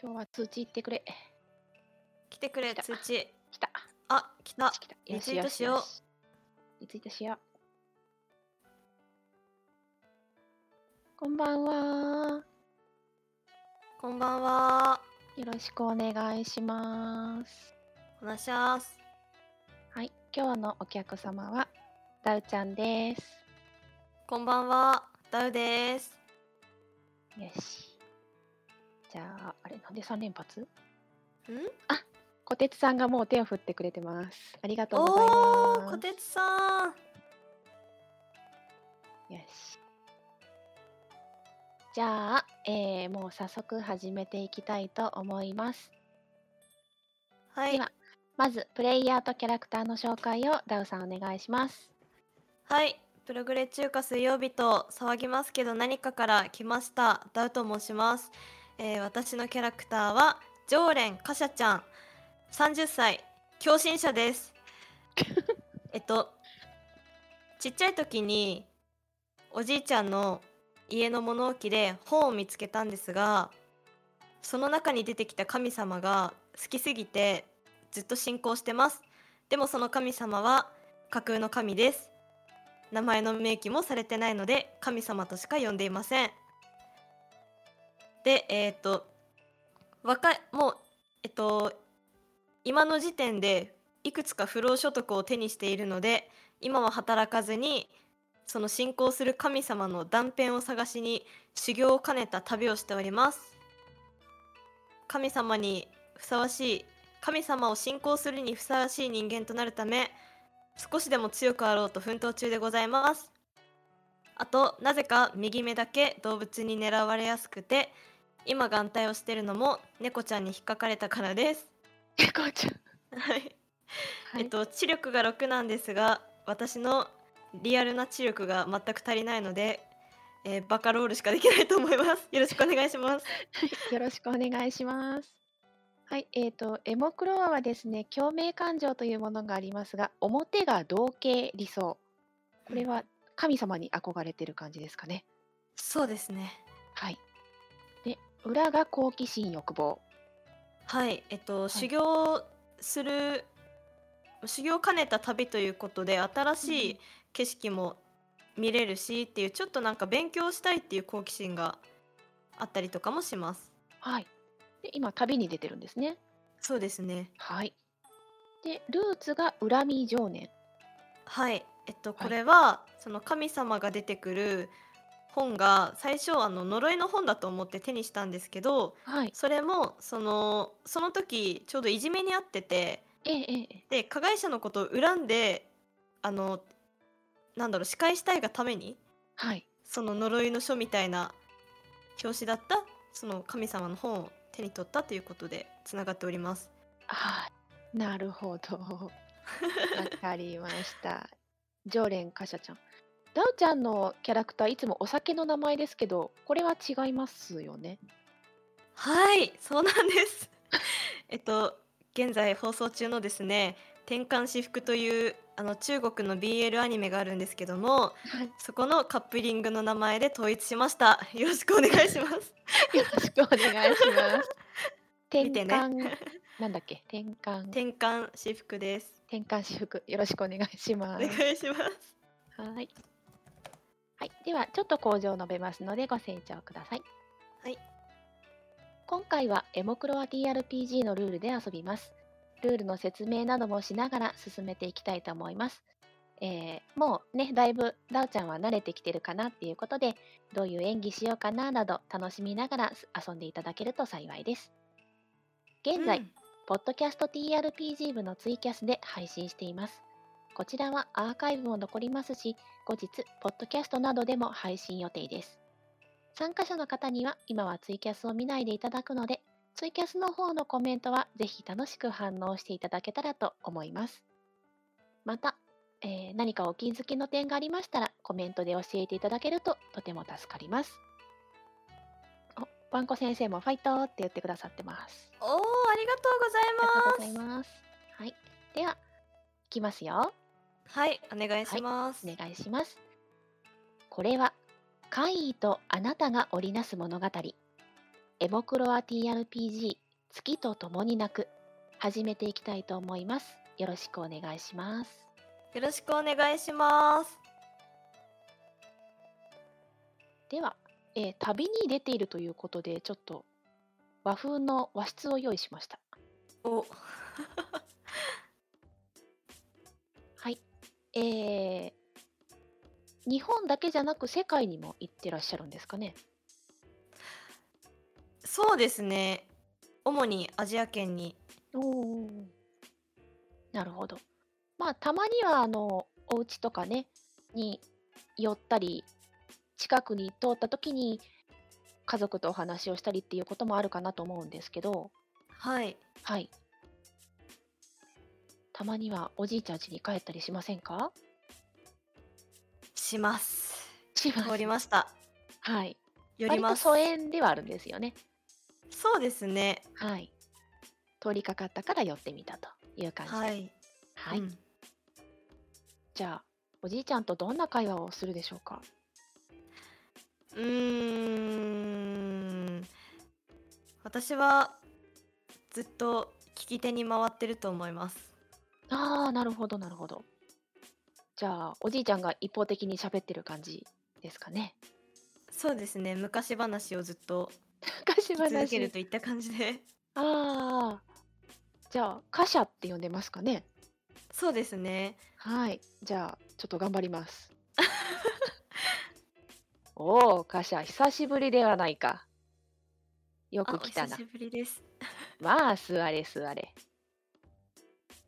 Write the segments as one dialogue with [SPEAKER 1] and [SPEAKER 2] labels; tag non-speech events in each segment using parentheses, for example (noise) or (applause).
[SPEAKER 1] 今日は通知行ってくれ。
[SPEAKER 2] 来てくれ
[SPEAKER 1] 来た
[SPEAKER 2] 通知
[SPEAKER 1] 来た。
[SPEAKER 2] あ来た
[SPEAKER 1] 来た。
[SPEAKER 2] リツイートしよう
[SPEAKER 1] う。リツイートしよう。こんばんは。
[SPEAKER 2] こんばんは
[SPEAKER 1] よろしくお願いします。
[SPEAKER 2] おなしゃーす
[SPEAKER 1] はい、今日のお客様はダウちゃんです。
[SPEAKER 2] こんばんはダウです
[SPEAKER 1] よし。じゃあ、あれ、なんで3連発
[SPEAKER 2] ん
[SPEAKER 1] 小鉄さんがもう手を振ってくれてます。ありがとうござい
[SPEAKER 2] おー
[SPEAKER 1] ます。
[SPEAKER 2] こてつさん
[SPEAKER 1] よし。じゃあ、えーもう早速始めていきたいと思います。
[SPEAKER 2] はい
[SPEAKER 1] ではまず、プレイヤーとキャラクターの紹介をダウさんお願いし
[SPEAKER 2] (laughs)
[SPEAKER 1] ます。
[SPEAKER 2] はいプログレ中華水曜日と騒ぎますけど何かから来ましたダウと申します、えー私のキャラクターは常連カシャちゃん30歳狂信者ですえっとちっちゃい時におじいちゃんの家の物置で本を見つけたんですがその中に出てきた神様が好きすぎてずっと信仰してますでもその神様は架空の神です名前の明記もされてないので神様としか呼んでいませんでえっ、と若いもうえっと今の時点でいくつか不労所得を手にしているので今は働かずにその信仰する神様の断片を探しに修行を兼ねた旅をしております神様にふさわしい神様を信仰するにふさわしい人間となるため少しでも強くあろうと奮闘中でございますあとなぜか右目だけ動物に狙われやすくて今眼帯をしてるのも猫ちゃんに引っかかれたからです
[SPEAKER 1] え、こうちゃん。
[SPEAKER 2] はい
[SPEAKER 1] はい、
[SPEAKER 2] えっと知力が6なんですが私のリアルな知力が全く足りないので、えーバカロールしかできないと思いますよろしくお願いします
[SPEAKER 1] (laughs) よろしくお願いします。はい、えっ、と、エモクロアはですね、共鳴感情というものがありますが、表が同型理想。これは神様に憧れてる感じですかね。
[SPEAKER 2] そうですね
[SPEAKER 1] はい。で、裏が好奇心欲望。
[SPEAKER 2] はいえっと、修行する修行を兼ねた旅ということで新し
[SPEAKER 1] うん
[SPEAKER 2] い景色も見れるしっていうちょっとなんか勉強したいっていう好奇心があったりとかもします
[SPEAKER 1] はい。で、今、旅に出てるんですね。
[SPEAKER 2] そうですね
[SPEAKER 1] はい。で、ルーツが恨み情念。
[SPEAKER 2] はいえっと
[SPEAKER 1] はい
[SPEAKER 2] これは、その神様が出てくる本が最初あの呪いの本だと思って手にしたんですけど
[SPEAKER 1] はい。
[SPEAKER 2] それもそのその時ちょうどいじめにあってて
[SPEAKER 1] ええええええ
[SPEAKER 2] で加害者のことを恨んであのなんだろう仕返したいがために
[SPEAKER 1] はい。
[SPEAKER 2] その呪いの書みたいな表紙だったその神様の本を手に取ったということでつながっております。
[SPEAKER 1] ああ、なるほ (laughs) ど。わかりました。常連カシャちゃん。ダウちゃんのキャラクターいつもお酒の名前ですけど、これは違いますよね。
[SPEAKER 2] はい、そうなんです。 (laughs) えっと現在放送中のですね「転換私服」というあの中国の BL アニメがあるんですけども
[SPEAKER 1] はい。
[SPEAKER 2] そこのカップリングの名前で統一しましたよろしくお願いします
[SPEAKER 1] よろしくお願いし (laughs) ます。転
[SPEAKER 2] 見てね
[SPEAKER 1] 換、なんだっけ転換、
[SPEAKER 2] 転換私服です
[SPEAKER 1] 転換私服、よろしくお願いし
[SPEAKER 2] お
[SPEAKER 1] ま
[SPEAKER 2] 願
[SPEAKER 1] す。
[SPEAKER 2] いします
[SPEAKER 1] はい。はい、ではちょっと工場を述べますのでご清聴ください。
[SPEAKER 2] はい。
[SPEAKER 1] 今回はエモクロア TRPG のルールで遊びます。ルールの説明などもしながら進めていきたいと思います。えーもうね、だいぶダウちゃんは慣れてきてるかなっていうことで、どういう演技しようかななど楽しみながら遊んでいただけると幸いです。現在、
[SPEAKER 2] うん
[SPEAKER 1] ポッドキャスト TRPG 部のツイキャスで配信しています。こちらはアーカイブも残りますし、後日、ポッドキャストなどでも配信予定です。参加者の方には、今はツイキャスを見ないでいただくので、ツイキャスの方のコメントは、ぜひ楽しく反応していただけたらと思います。また、えー何かお気づきの点がありましたら、コメントで教えていただけると、とても助かります。お、ワンコ先生もファイトーって言ってくださってます。
[SPEAKER 2] おーありがと
[SPEAKER 1] ありがとう
[SPEAKER 2] うご
[SPEAKER 1] ご
[SPEAKER 2] ざ
[SPEAKER 1] ざ
[SPEAKER 2] い
[SPEAKER 1] い
[SPEAKER 2] ま
[SPEAKER 1] ます。はい。では、いきますよ。
[SPEAKER 2] すはいお願いします、
[SPEAKER 1] お願いします。これは、怪異とあなたが織りなす物語。エボクロア TRPG 月と共に泣く始めていきたいと思います。よろしくお願いします。
[SPEAKER 2] よろしくお願いします。
[SPEAKER 1] では、えー旅に出ているということで、ちょっと和風の和室を用意しました。
[SPEAKER 2] お、
[SPEAKER 1] はい。えー日本だけじゃなく世界にも行ってらっしゃるんですかね。
[SPEAKER 2] そうですね。主にアジア圏に。
[SPEAKER 1] おなるほど。まあ、たまには、あの、お家とかね、に寄ったり、近くに通った時に、家族とお話をしたりっていうこともあるかなと思うんですけど、
[SPEAKER 2] はい。
[SPEAKER 1] はい。たまにはおじいちゃん家に帰ったりしませんか
[SPEAKER 2] します。
[SPEAKER 1] しま
[SPEAKER 2] 通り
[SPEAKER 1] す。
[SPEAKER 2] ました。
[SPEAKER 1] はい。
[SPEAKER 2] 寄り
[SPEAKER 1] 割と
[SPEAKER 2] ます。
[SPEAKER 1] 疎遠ではあるんですよね。
[SPEAKER 2] そうですね。
[SPEAKER 1] はい。通りかかったから寄ってみたという感じです。
[SPEAKER 2] は
[SPEAKER 1] はい。
[SPEAKER 2] い。うん
[SPEAKER 1] じゃあ、おじいちゃんとどんな会話をするでしょうか
[SPEAKER 2] うーん私はずっと聞き手に回ってると思います
[SPEAKER 1] ああ、なるほど、なるほど。じゃあ、おじいちゃんが一方的に喋ってる感じですかね。 (laughs)
[SPEAKER 2] そうですね昔話をずっと
[SPEAKER 1] 昔
[SPEAKER 2] 聞き続ける
[SPEAKER 1] 話。
[SPEAKER 2] といった感じで
[SPEAKER 1] ああ。じゃあ、貨車って呼んでますかね。
[SPEAKER 2] そうですね
[SPEAKER 1] はい。じゃあ、ちょっと頑張り
[SPEAKER 2] (laughs)
[SPEAKER 1] ます。おお、貨車、久しぶりではないか。よ
[SPEAKER 2] あお
[SPEAKER 1] く来た
[SPEAKER 2] 久
[SPEAKER 1] な
[SPEAKER 2] し。ぶりです
[SPEAKER 1] まあ、座れ座れ。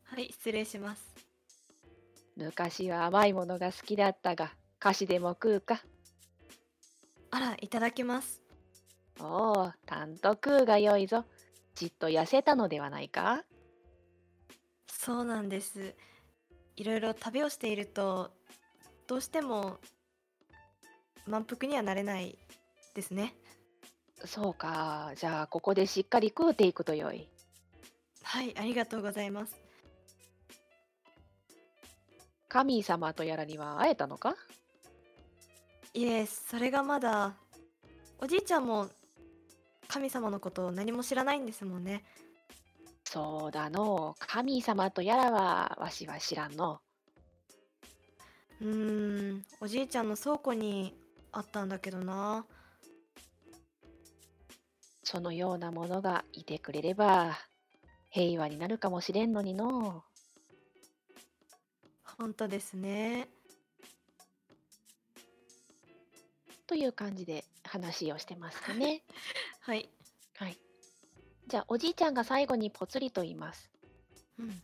[SPEAKER 2] はい失礼します
[SPEAKER 1] 昔は甘いものが好きだったが、菓子でも食うか。
[SPEAKER 2] あらいただきます
[SPEAKER 1] おお、たんと食うがよいぞ。じっと痩せたのではないか
[SPEAKER 2] そうなんですいろいろ旅をしているとどうしても満腹にはなれないですね
[SPEAKER 1] そうか。じゃあ、ここでしっかり食うていくとよい。
[SPEAKER 2] はいありがとうございます
[SPEAKER 1] 神様とやらには会えたのか
[SPEAKER 2] いえそれがまだおじいちゃんも神様のことを何も知らないんですもんね
[SPEAKER 1] そうだのう。神様とやらは、わしは知らんの
[SPEAKER 2] うーんおじいちゃんの倉庫にあったんだけどな
[SPEAKER 1] う。そのようなものがいてくれれば、平和になるかもしれんのにのう。
[SPEAKER 2] 本当ですね
[SPEAKER 1] という感じで話をしてますかね。
[SPEAKER 2] はい、
[SPEAKER 1] はい。じゃあ、おじいちゃんが最後にぽつりと言います。
[SPEAKER 2] うん、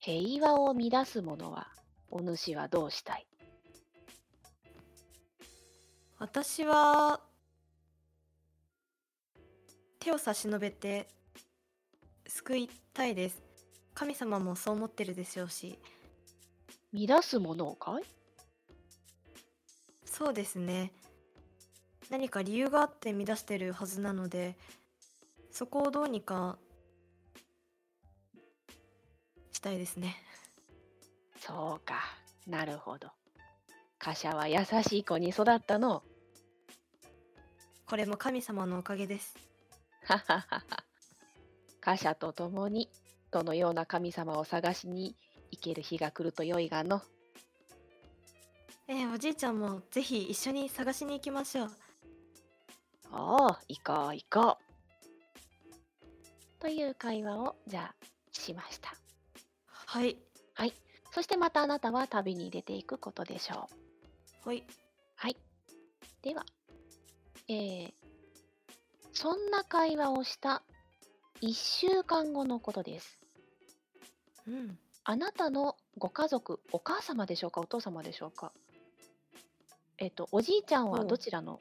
[SPEAKER 1] 平和を乱す者は、お主はどうしたい
[SPEAKER 2] 私は手を差し伸べて救いたいです神様もそう思ってるでしょうし
[SPEAKER 1] 乱す者をかい
[SPEAKER 2] そうですね何か理由があって乱してるはずなのでそこをどうにかしたいですね
[SPEAKER 1] そうか、なるほど。貨車は優しい子に育ったの。 (laughs)
[SPEAKER 2] これも神様のおかげです
[SPEAKER 1] はははは。貨車と共に、どのような神様を探しに行ける日が来ると良いがの。
[SPEAKER 2] えーおじいちゃんもぜひ一緒に探しに行きましょう
[SPEAKER 1] おお、行こう行こう。という会話を、じゃあ、しました。
[SPEAKER 2] はい
[SPEAKER 1] そしてまたあなたは旅に出ていくことでしょう。
[SPEAKER 2] はい
[SPEAKER 1] はい。では、えー、そんな会話をした1週間後のことです。
[SPEAKER 2] うん
[SPEAKER 1] あなたのご家族、お母様でしょうか、お父様でしょうか。えっ、と、おじいちゃんは
[SPEAKER 2] うん
[SPEAKER 1] どちらの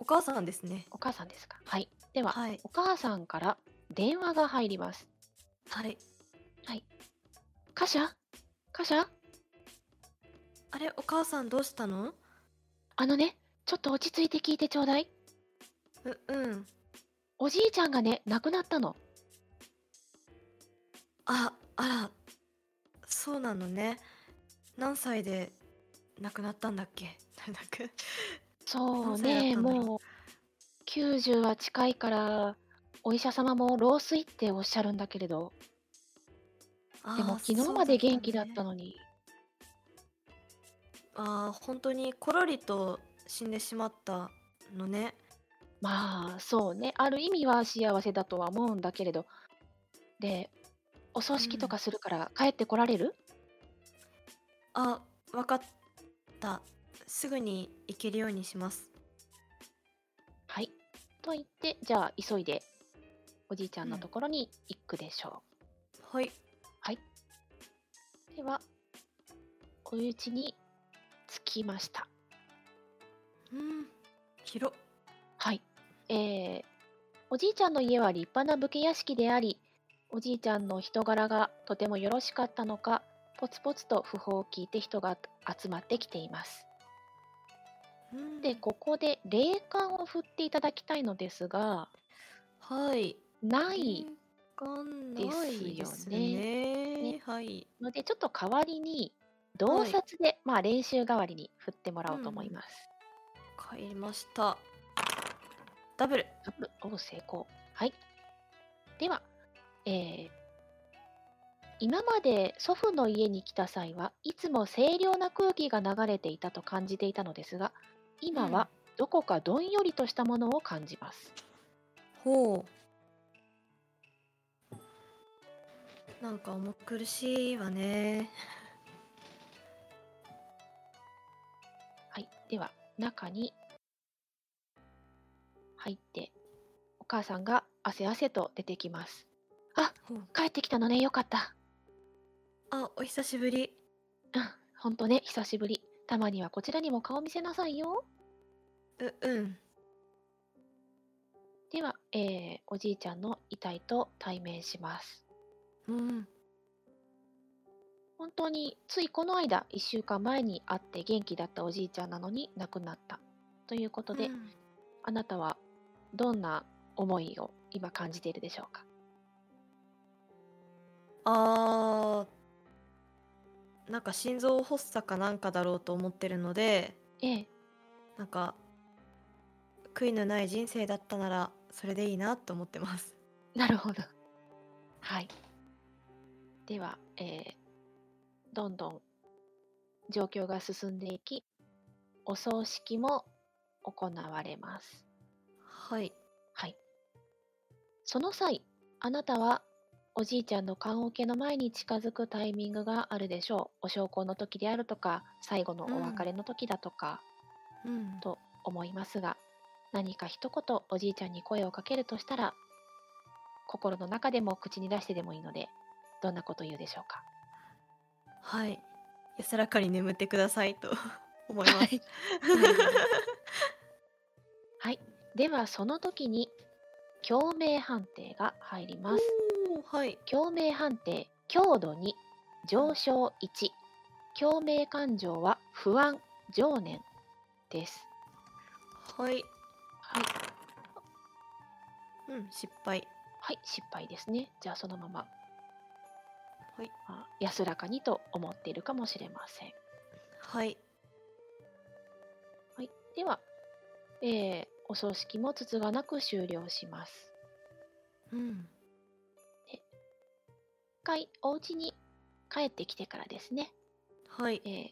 [SPEAKER 2] お母さんですね
[SPEAKER 1] お母さんですか。はい。では、
[SPEAKER 2] はい
[SPEAKER 1] お母さんから電話が入ります。
[SPEAKER 2] はい
[SPEAKER 1] カシャカシャ
[SPEAKER 2] あれお母さんどうしたの
[SPEAKER 1] あのね、ちょっと落ち着いて聞いてちょうだい。
[SPEAKER 2] ううん
[SPEAKER 1] おじいちゃんがね、亡くなったの。
[SPEAKER 2] ああらそうなのね何歳で亡くなったんだっけ亡く
[SPEAKER 1] そう
[SPEAKER 2] 何歳だ
[SPEAKER 1] ね、
[SPEAKER 2] ったんだろう
[SPEAKER 1] もう、 90は近いから、お医者様も老衰っておっしゃるんだけれど、
[SPEAKER 2] あー
[SPEAKER 1] でも昨日まで元気だったのに、
[SPEAKER 2] そうだねあー本当にコロリと死んでしまったのね
[SPEAKER 1] まあそうね、ある意味は幸せだとは思うんだけれど、で、お葬式とかするから帰ってこられる、
[SPEAKER 2] あわかったすぐに行けるようにします
[SPEAKER 1] はい。と言って、じゃあ急いでおじいちゃんのところに行くでしょう。
[SPEAKER 2] はい
[SPEAKER 1] では、お家に着きました。
[SPEAKER 2] うん広っ
[SPEAKER 1] はい。えー、おじいちゃんの家は立派な武家屋敷であり、おじいちゃんの人柄がとてもよろしかったのか、ポツポツと訃報を聞いて人が集まってきています。
[SPEAKER 2] うん
[SPEAKER 1] で、ここで霊感を振っていただきたいのですが、
[SPEAKER 2] はい
[SPEAKER 1] ない
[SPEAKER 2] わかん
[SPEAKER 1] ですよね
[SPEAKER 2] ないですね
[SPEAKER 1] ね
[SPEAKER 2] はい
[SPEAKER 1] ので、ちょっと代わりに、洞察で、まあ練習代わりに振ってもらおうと思います。
[SPEAKER 2] 買いましたダブル
[SPEAKER 1] ダブルお成功。はい。では、えー今まで祖父の家に来た際はいつも清涼な空気が流れていたと感じていたのですが、今はどこかどんよりとしたものを感じます。
[SPEAKER 2] ほうなんか重苦しいわね
[SPEAKER 1] はい。では、中に入って、お母さんが汗汗と出てきます。
[SPEAKER 2] ほう
[SPEAKER 1] 帰ってきたのね、よかった。
[SPEAKER 2] あお久しぶり
[SPEAKER 1] うん、ほんとね、久しぶり。たまにはこちらにも顔見せなさいよ。
[SPEAKER 2] ううん
[SPEAKER 1] では、えーおじいちゃんの遺体と対面します。
[SPEAKER 2] うん
[SPEAKER 1] 本当についこの間、1週間前に会って元気だったおじいちゃんなのに亡くなった。ということで、
[SPEAKER 2] うん
[SPEAKER 1] あなたはどんな思いを今感じているでしょうか
[SPEAKER 2] あーなんか心臓発作かなんかだろうと思ってるので
[SPEAKER 1] ええ、
[SPEAKER 2] なんか悔いのない人生だったならそれでいいなと思ってます
[SPEAKER 1] なるほど。はい。では、えーどんどん状況が進んでいき、お葬式も行われます。
[SPEAKER 2] はい
[SPEAKER 1] はい。その際、あなたはおじいちゃんの棺桶の前に近づくタイミングがあるでしょう。お焼香の時であるとか、最後のお別れの時だとか
[SPEAKER 2] うん
[SPEAKER 1] と思いますが、何か一言おじいちゃんに声をかけるとしたら、心の中でも口に出してでもいいので、どんなこと言うでしょうか。
[SPEAKER 2] はい安らかに眠ってくださいと (laughs) 思います、
[SPEAKER 1] はいはい。では、その時に、共鳴判定が入ります。
[SPEAKER 2] おーはい
[SPEAKER 1] 共鳴判定強度2上昇1共鳴感情は不安情念です
[SPEAKER 2] はい
[SPEAKER 1] はい、
[SPEAKER 2] うん失敗
[SPEAKER 1] はい、失敗ですねじゃあそのまま、
[SPEAKER 2] はい
[SPEAKER 1] あ安らかにと思っているかもしれません、
[SPEAKER 2] はい
[SPEAKER 1] はい、では、えーお葬式もつつがなく終了します
[SPEAKER 2] うん
[SPEAKER 1] 一回お家に帰ってきてからですね
[SPEAKER 2] はい
[SPEAKER 1] えー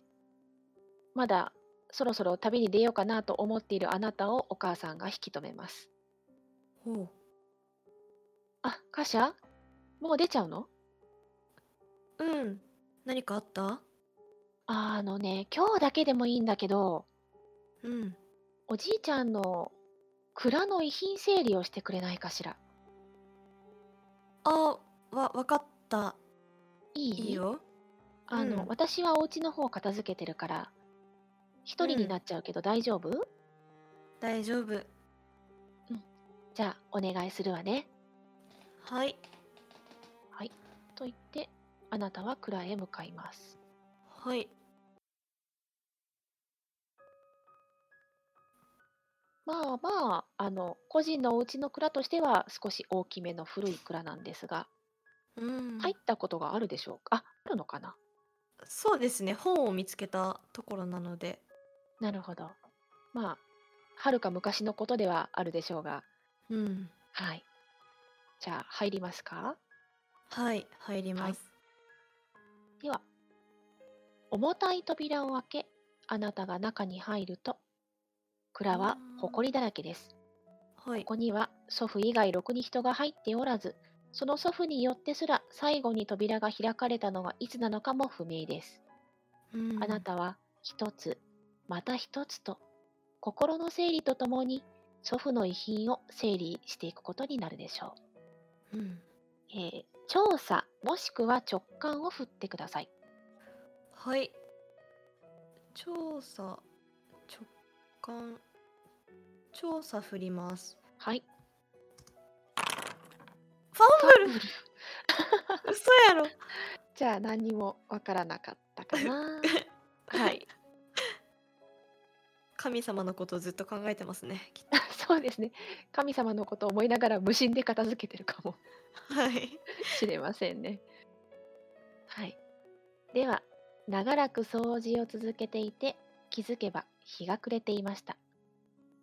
[SPEAKER 1] まだそろそろ旅に出ようかなと思っているあなたをお母さんが引き止めます
[SPEAKER 2] ほ
[SPEAKER 1] あ、カシャもう出ちゃうの
[SPEAKER 2] ううん何かあった
[SPEAKER 1] ああのね、今日だけでもいいんだけど、
[SPEAKER 2] うん
[SPEAKER 1] おじいちゃんの蔵の遺品整理をしてくれないかしら。
[SPEAKER 2] あわわかった
[SPEAKER 1] いい
[SPEAKER 2] いいよ
[SPEAKER 1] あの、
[SPEAKER 2] うん
[SPEAKER 1] 私はお家の方を片付けてるから、一人
[SPEAKER 2] うん
[SPEAKER 1] になっちゃうけど大丈夫、
[SPEAKER 2] 大丈夫
[SPEAKER 1] じゃあ、お願いするわね。
[SPEAKER 2] はい
[SPEAKER 1] と言って、あなたは蔵へ向かいます。
[SPEAKER 2] はい
[SPEAKER 1] まあまあ、あの、個人のお家の蔵としては少し大きめの古い蔵なんですが、
[SPEAKER 2] うん
[SPEAKER 1] 入ったことがあるでしょうかあ、あるのかな
[SPEAKER 2] そうですね本を見つけたところなので
[SPEAKER 1] なるほど。まあ、はるか昔のことではあるでしょうが、
[SPEAKER 2] うん。
[SPEAKER 1] はい。じゃあ、入りますか
[SPEAKER 2] はい、入ります。
[SPEAKER 1] では、重たい扉を開け、あなたが中に入ると、蔵は埃だらけです。
[SPEAKER 2] はい。
[SPEAKER 1] ここには祖父以外ろくに人が入っておらず、その祖父によってすら最後に扉が開かれたのがいつなのかも不明です。
[SPEAKER 2] うん
[SPEAKER 1] あな。たは一つ、また一つと、心の整理とともに祖父の遺品を整理していくことになるでしょ
[SPEAKER 2] うん。
[SPEAKER 1] う。えー調査もしくは直感を振ってください。
[SPEAKER 2] はい。調査、直感、調査振ります。
[SPEAKER 1] はい。
[SPEAKER 2] ファンブル嘘やろ
[SPEAKER 1] (laughs) じゃあ何にもわからなかったかな。 (laughs) はい。 (laughs)
[SPEAKER 2] 神様のことをずっと考えてますね。きっ
[SPEAKER 1] そうですね。神様のことを思いながら無心で片付けてるかも。
[SPEAKER 2] とはい。
[SPEAKER 1] (laughs) しれませんね。はい。では、長らく掃除を続けていて、気づけば日が暮れていました。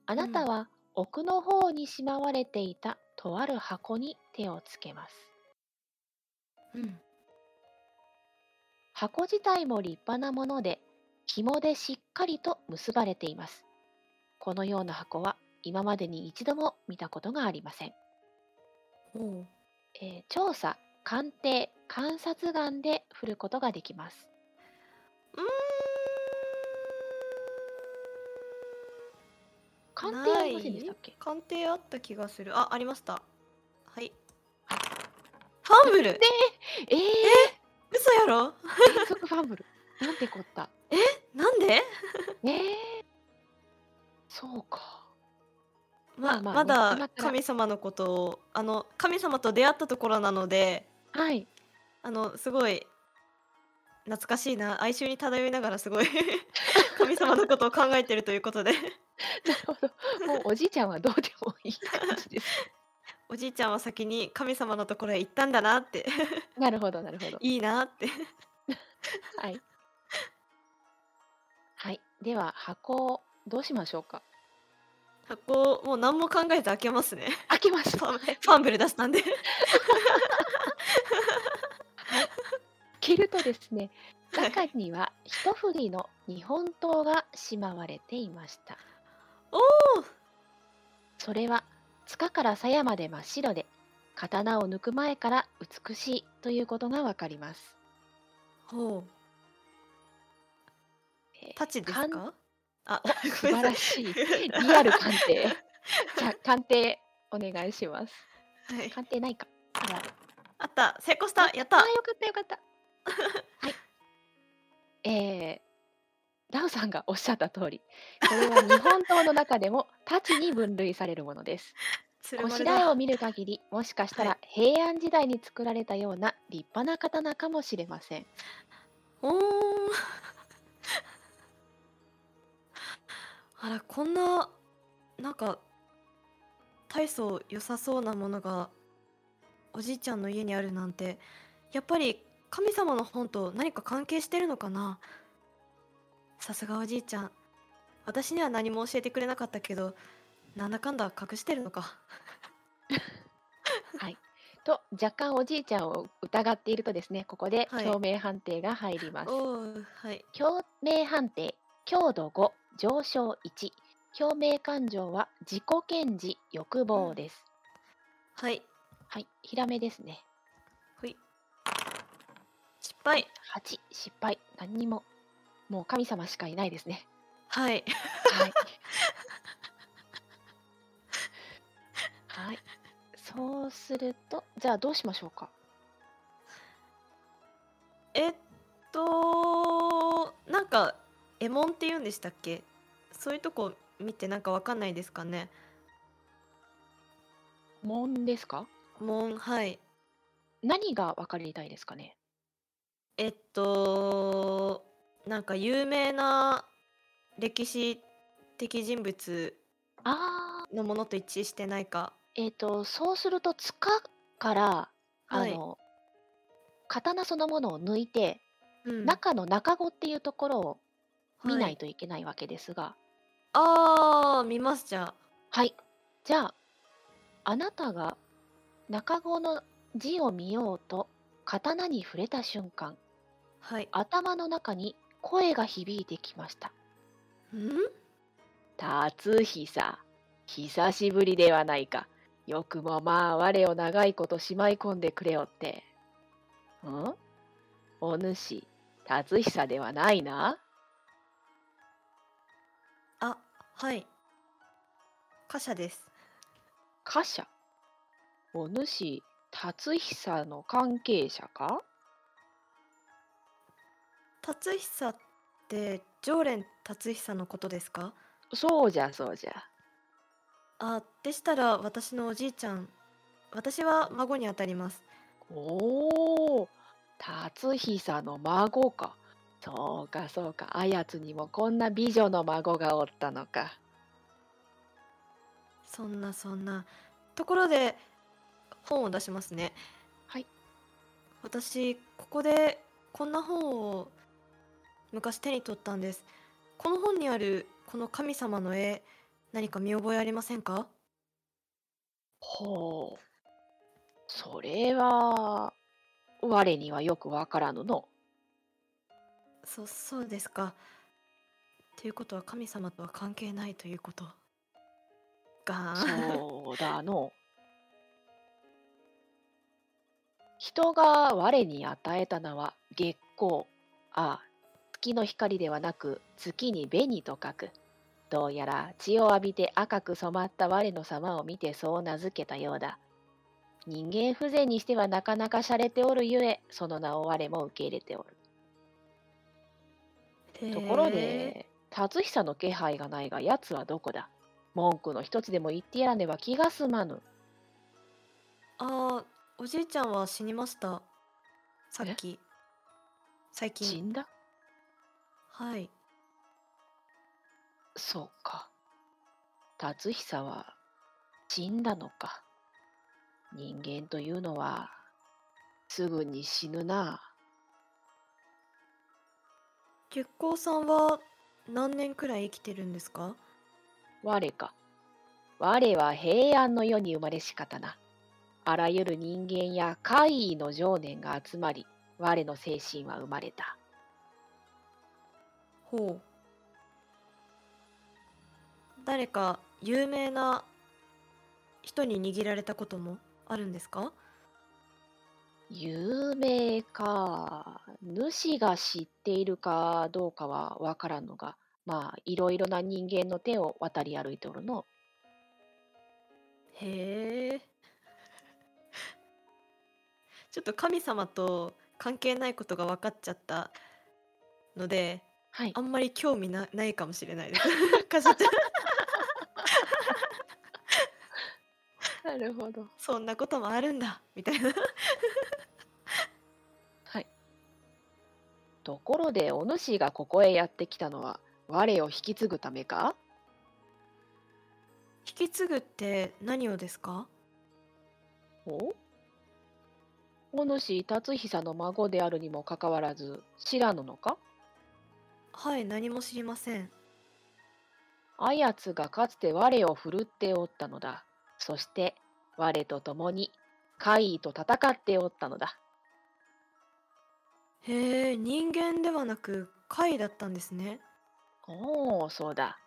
[SPEAKER 1] あなた
[SPEAKER 2] うん
[SPEAKER 1] は奥の方にしまわれていたとある箱に手をつけます。
[SPEAKER 2] うん。
[SPEAKER 1] 箱自体も立派なもので、紐でしっかりと結ばれています。このような箱は今までに一度も見たことがありません。
[SPEAKER 2] おう
[SPEAKER 1] えー調査、鑑定、観察眼で振ることができます。
[SPEAKER 2] うーん。
[SPEAKER 1] 鑑定ありませんでしたっけ
[SPEAKER 2] ない鑑定あった気がする。あ、ありました。はい。ファンブル
[SPEAKER 1] えー、
[SPEAKER 2] 嘘やろ
[SPEAKER 1] 連続ファンブル。 (laughs) なんてこった。
[SPEAKER 2] なんで
[SPEAKER 1] えー、そうか。まあ
[SPEAKER 2] ま
[SPEAKER 1] まあ
[SPEAKER 2] ま
[SPEAKER 1] 今
[SPEAKER 2] だ
[SPEAKER 1] から
[SPEAKER 2] 神様のことをあの神様と出会ったところなので
[SPEAKER 1] はい。
[SPEAKER 2] あのすごい懐かしいな哀愁に漂いながらすごい (laughs) 神様のことを考えてるということで
[SPEAKER 1] なるほど。もうおじいちゃんはどうでもいい感じです。
[SPEAKER 2] おじいちゃんは先に神様のところへ行ったんだなって (laughs)
[SPEAKER 1] なるほど、なるほど。
[SPEAKER 2] いいなって
[SPEAKER 1] はい。はい。では、箱をどうしましょうか。
[SPEAKER 2] 箱をもう何も考えず開けますね
[SPEAKER 1] 開けまし
[SPEAKER 2] フ
[SPEAKER 1] ょう。
[SPEAKER 2] ァン (laughs) ファンブル出したんで
[SPEAKER 1] 開けるとですね、
[SPEAKER 2] (laughs) はい
[SPEAKER 1] 中には一振りの日本刀がしまわれていました。
[SPEAKER 2] おお
[SPEAKER 1] それは塚から鞘まで真っ白で刀を抜く前から美しいということがわかります。
[SPEAKER 2] ほう
[SPEAKER 1] えー
[SPEAKER 2] タチです
[SPEAKER 1] 鑑
[SPEAKER 2] かあ
[SPEAKER 1] 素晴ら
[SPEAKER 2] い
[SPEAKER 1] しい。リ
[SPEAKER 2] (laughs)
[SPEAKER 1] アル鑑定。じゃあ鑑定お願いし
[SPEAKER 2] (laughs)
[SPEAKER 1] ます。
[SPEAKER 2] はい、
[SPEAKER 1] 鑑定ないか。あるある
[SPEAKER 2] あった成功したやった
[SPEAKER 1] あーよかったよか
[SPEAKER 2] (laughs)
[SPEAKER 1] った。はい。えー、ダウさんがおっしゃった通り、これは日本刀の中でも太刀に分類されるもの
[SPEAKER 2] (laughs)
[SPEAKER 1] です。
[SPEAKER 2] つる
[SPEAKER 1] こ
[SPEAKER 2] ま
[SPEAKER 1] し
[SPEAKER 2] る
[SPEAKER 1] らえ
[SPEAKER 2] だ
[SPEAKER 1] を見る限り、もしかした
[SPEAKER 2] は
[SPEAKER 1] ら平安時代に作られたような立派な刀かもしれません。
[SPEAKER 2] おー (laughs) あらこんななんか大層良さそうなものがおじいちゃんの家にあるなんてやっぱり神様の本と何か関係してるのかなさすがおじいちゃん私には何も教えてくれなかったけどなんだかんだ隠してるのか
[SPEAKER 1] と若干おじいちゃんを疑っているとですね、ここで
[SPEAKER 2] はい
[SPEAKER 1] 共鳴判定が入ります。
[SPEAKER 2] おーはい
[SPEAKER 1] 共鳴判定、強度5、上昇1。共鳴感情は自己顕示、欲望です。
[SPEAKER 2] はい
[SPEAKER 1] はい、ヒラメですね。
[SPEAKER 2] ほい失敗
[SPEAKER 1] 8、失敗。何にも。もう神様しかいないですね。
[SPEAKER 2] はい
[SPEAKER 1] はい。 (laughs) はい。そうすると、じゃあどうしましょうか。
[SPEAKER 2] えっとなんかエモンって言うんでしたっけそういうとこ見てなんかわかんないですかね
[SPEAKER 1] 門ですか
[SPEAKER 2] モンはい
[SPEAKER 1] 何が分かりたいですかね
[SPEAKER 2] えっとなんか有名な歴史的人物
[SPEAKER 1] ああ、
[SPEAKER 2] のものと一致してないか
[SPEAKER 1] えっ、と、そうすると、塚から、あ
[SPEAKER 2] はい
[SPEAKER 1] の、刀そのものを抜いて、
[SPEAKER 2] うん
[SPEAKER 1] 中の中子っていうところを見ないと
[SPEAKER 2] と、
[SPEAKER 1] いけないわけですが、
[SPEAKER 2] あー見ますじゃあ
[SPEAKER 1] はい。じゃあ、あなたが中子の字を見ようと刀に触れた瞬間、
[SPEAKER 2] はい
[SPEAKER 1] 頭の中に声が響いてきました。
[SPEAKER 2] ん
[SPEAKER 1] 達久、久しぶりではないか。よくもまあ我を長いことしまい込んでくれよって。んお主、達久ではないな。
[SPEAKER 2] あはい貨車です
[SPEAKER 1] 貨車。お主、達久の関係者か
[SPEAKER 2] 達久って常連達久のことですか
[SPEAKER 1] そうじゃそうじゃ。
[SPEAKER 2] あでしたら私のおじいちゃん私は孫にあたります
[SPEAKER 1] おお、達久の孫か。そうかそうか、あやつにもこんな美女の孫がおったのか。
[SPEAKER 2] そんなそんなところで本を出しますね
[SPEAKER 1] はい
[SPEAKER 2] 私ここでこんな本を昔手に取ったんですこの本にあるこの神様の絵何か見覚えありませんか
[SPEAKER 1] ほう。それは、我にはよくわからぬの。
[SPEAKER 2] そそうですかということは神様とは関係ないということが
[SPEAKER 1] そうだの。人が我に与えた名は月光。ああ、月の光ではなく月に紅と書く。どうやら血を浴びて赤く染まった我の様を見てそう名付けたようだ。人間風情にしてはなかなか洒落ておるゆえ、その名を我も受け入れておる。ところ
[SPEAKER 2] (laughs) へ
[SPEAKER 1] で、達久の気配がないが奴はどこだ文句の一つでも言ってやらねば気が済まぬ。
[SPEAKER 2] ーあーおじいちゃんは死にましたさっき最
[SPEAKER 1] 死
[SPEAKER 2] 近
[SPEAKER 1] んだ
[SPEAKER 2] はい
[SPEAKER 1] そうか。達久は死んだのか。人間というのはすぐに死ぬな。
[SPEAKER 2] 月光さんは何年くらい生きてるんですか
[SPEAKER 1] 我か。我は平安の世に生まれし方な。あらゆる人間や怪異の情念が集まり、我の精神は生まれた。
[SPEAKER 2] ほう誰か有名な人に握られたこともあるんですか
[SPEAKER 1] 有名か、主が知っているかどうかはわからんのが、まあ、いろいろな人間の手を渡り歩いておるの。
[SPEAKER 2] へえ。 (laughs) ちょっと神様と関係ないことが分かっちゃったので、
[SPEAKER 1] はい
[SPEAKER 2] あ。んまり興味なないかもしれないです。 (laughs) かしゃちゃん
[SPEAKER 1] なるほど。
[SPEAKER 2] そんなこともあるんだみたいな。
[SPEAKER 1] はい。ところで、お主がここへやってきたのは、我を引き継ぐためか
[SPEAKER 2] (laughs) 引き継ぐって何をですか
[SPEAKER 1] おお主、達久の孫であるにもかかわらず、知らぬのか
[SPEAKER 2] はい、何も知りません。
[SPEAKER 1] あやつがかつて我を振るっておったのだ。そして、我と共に、怪異と戦っておったのだ。
[SPEAKER 2] へえ、人間ではなく貝だったんですね。
[SPEAKER 1] おお、そうだ。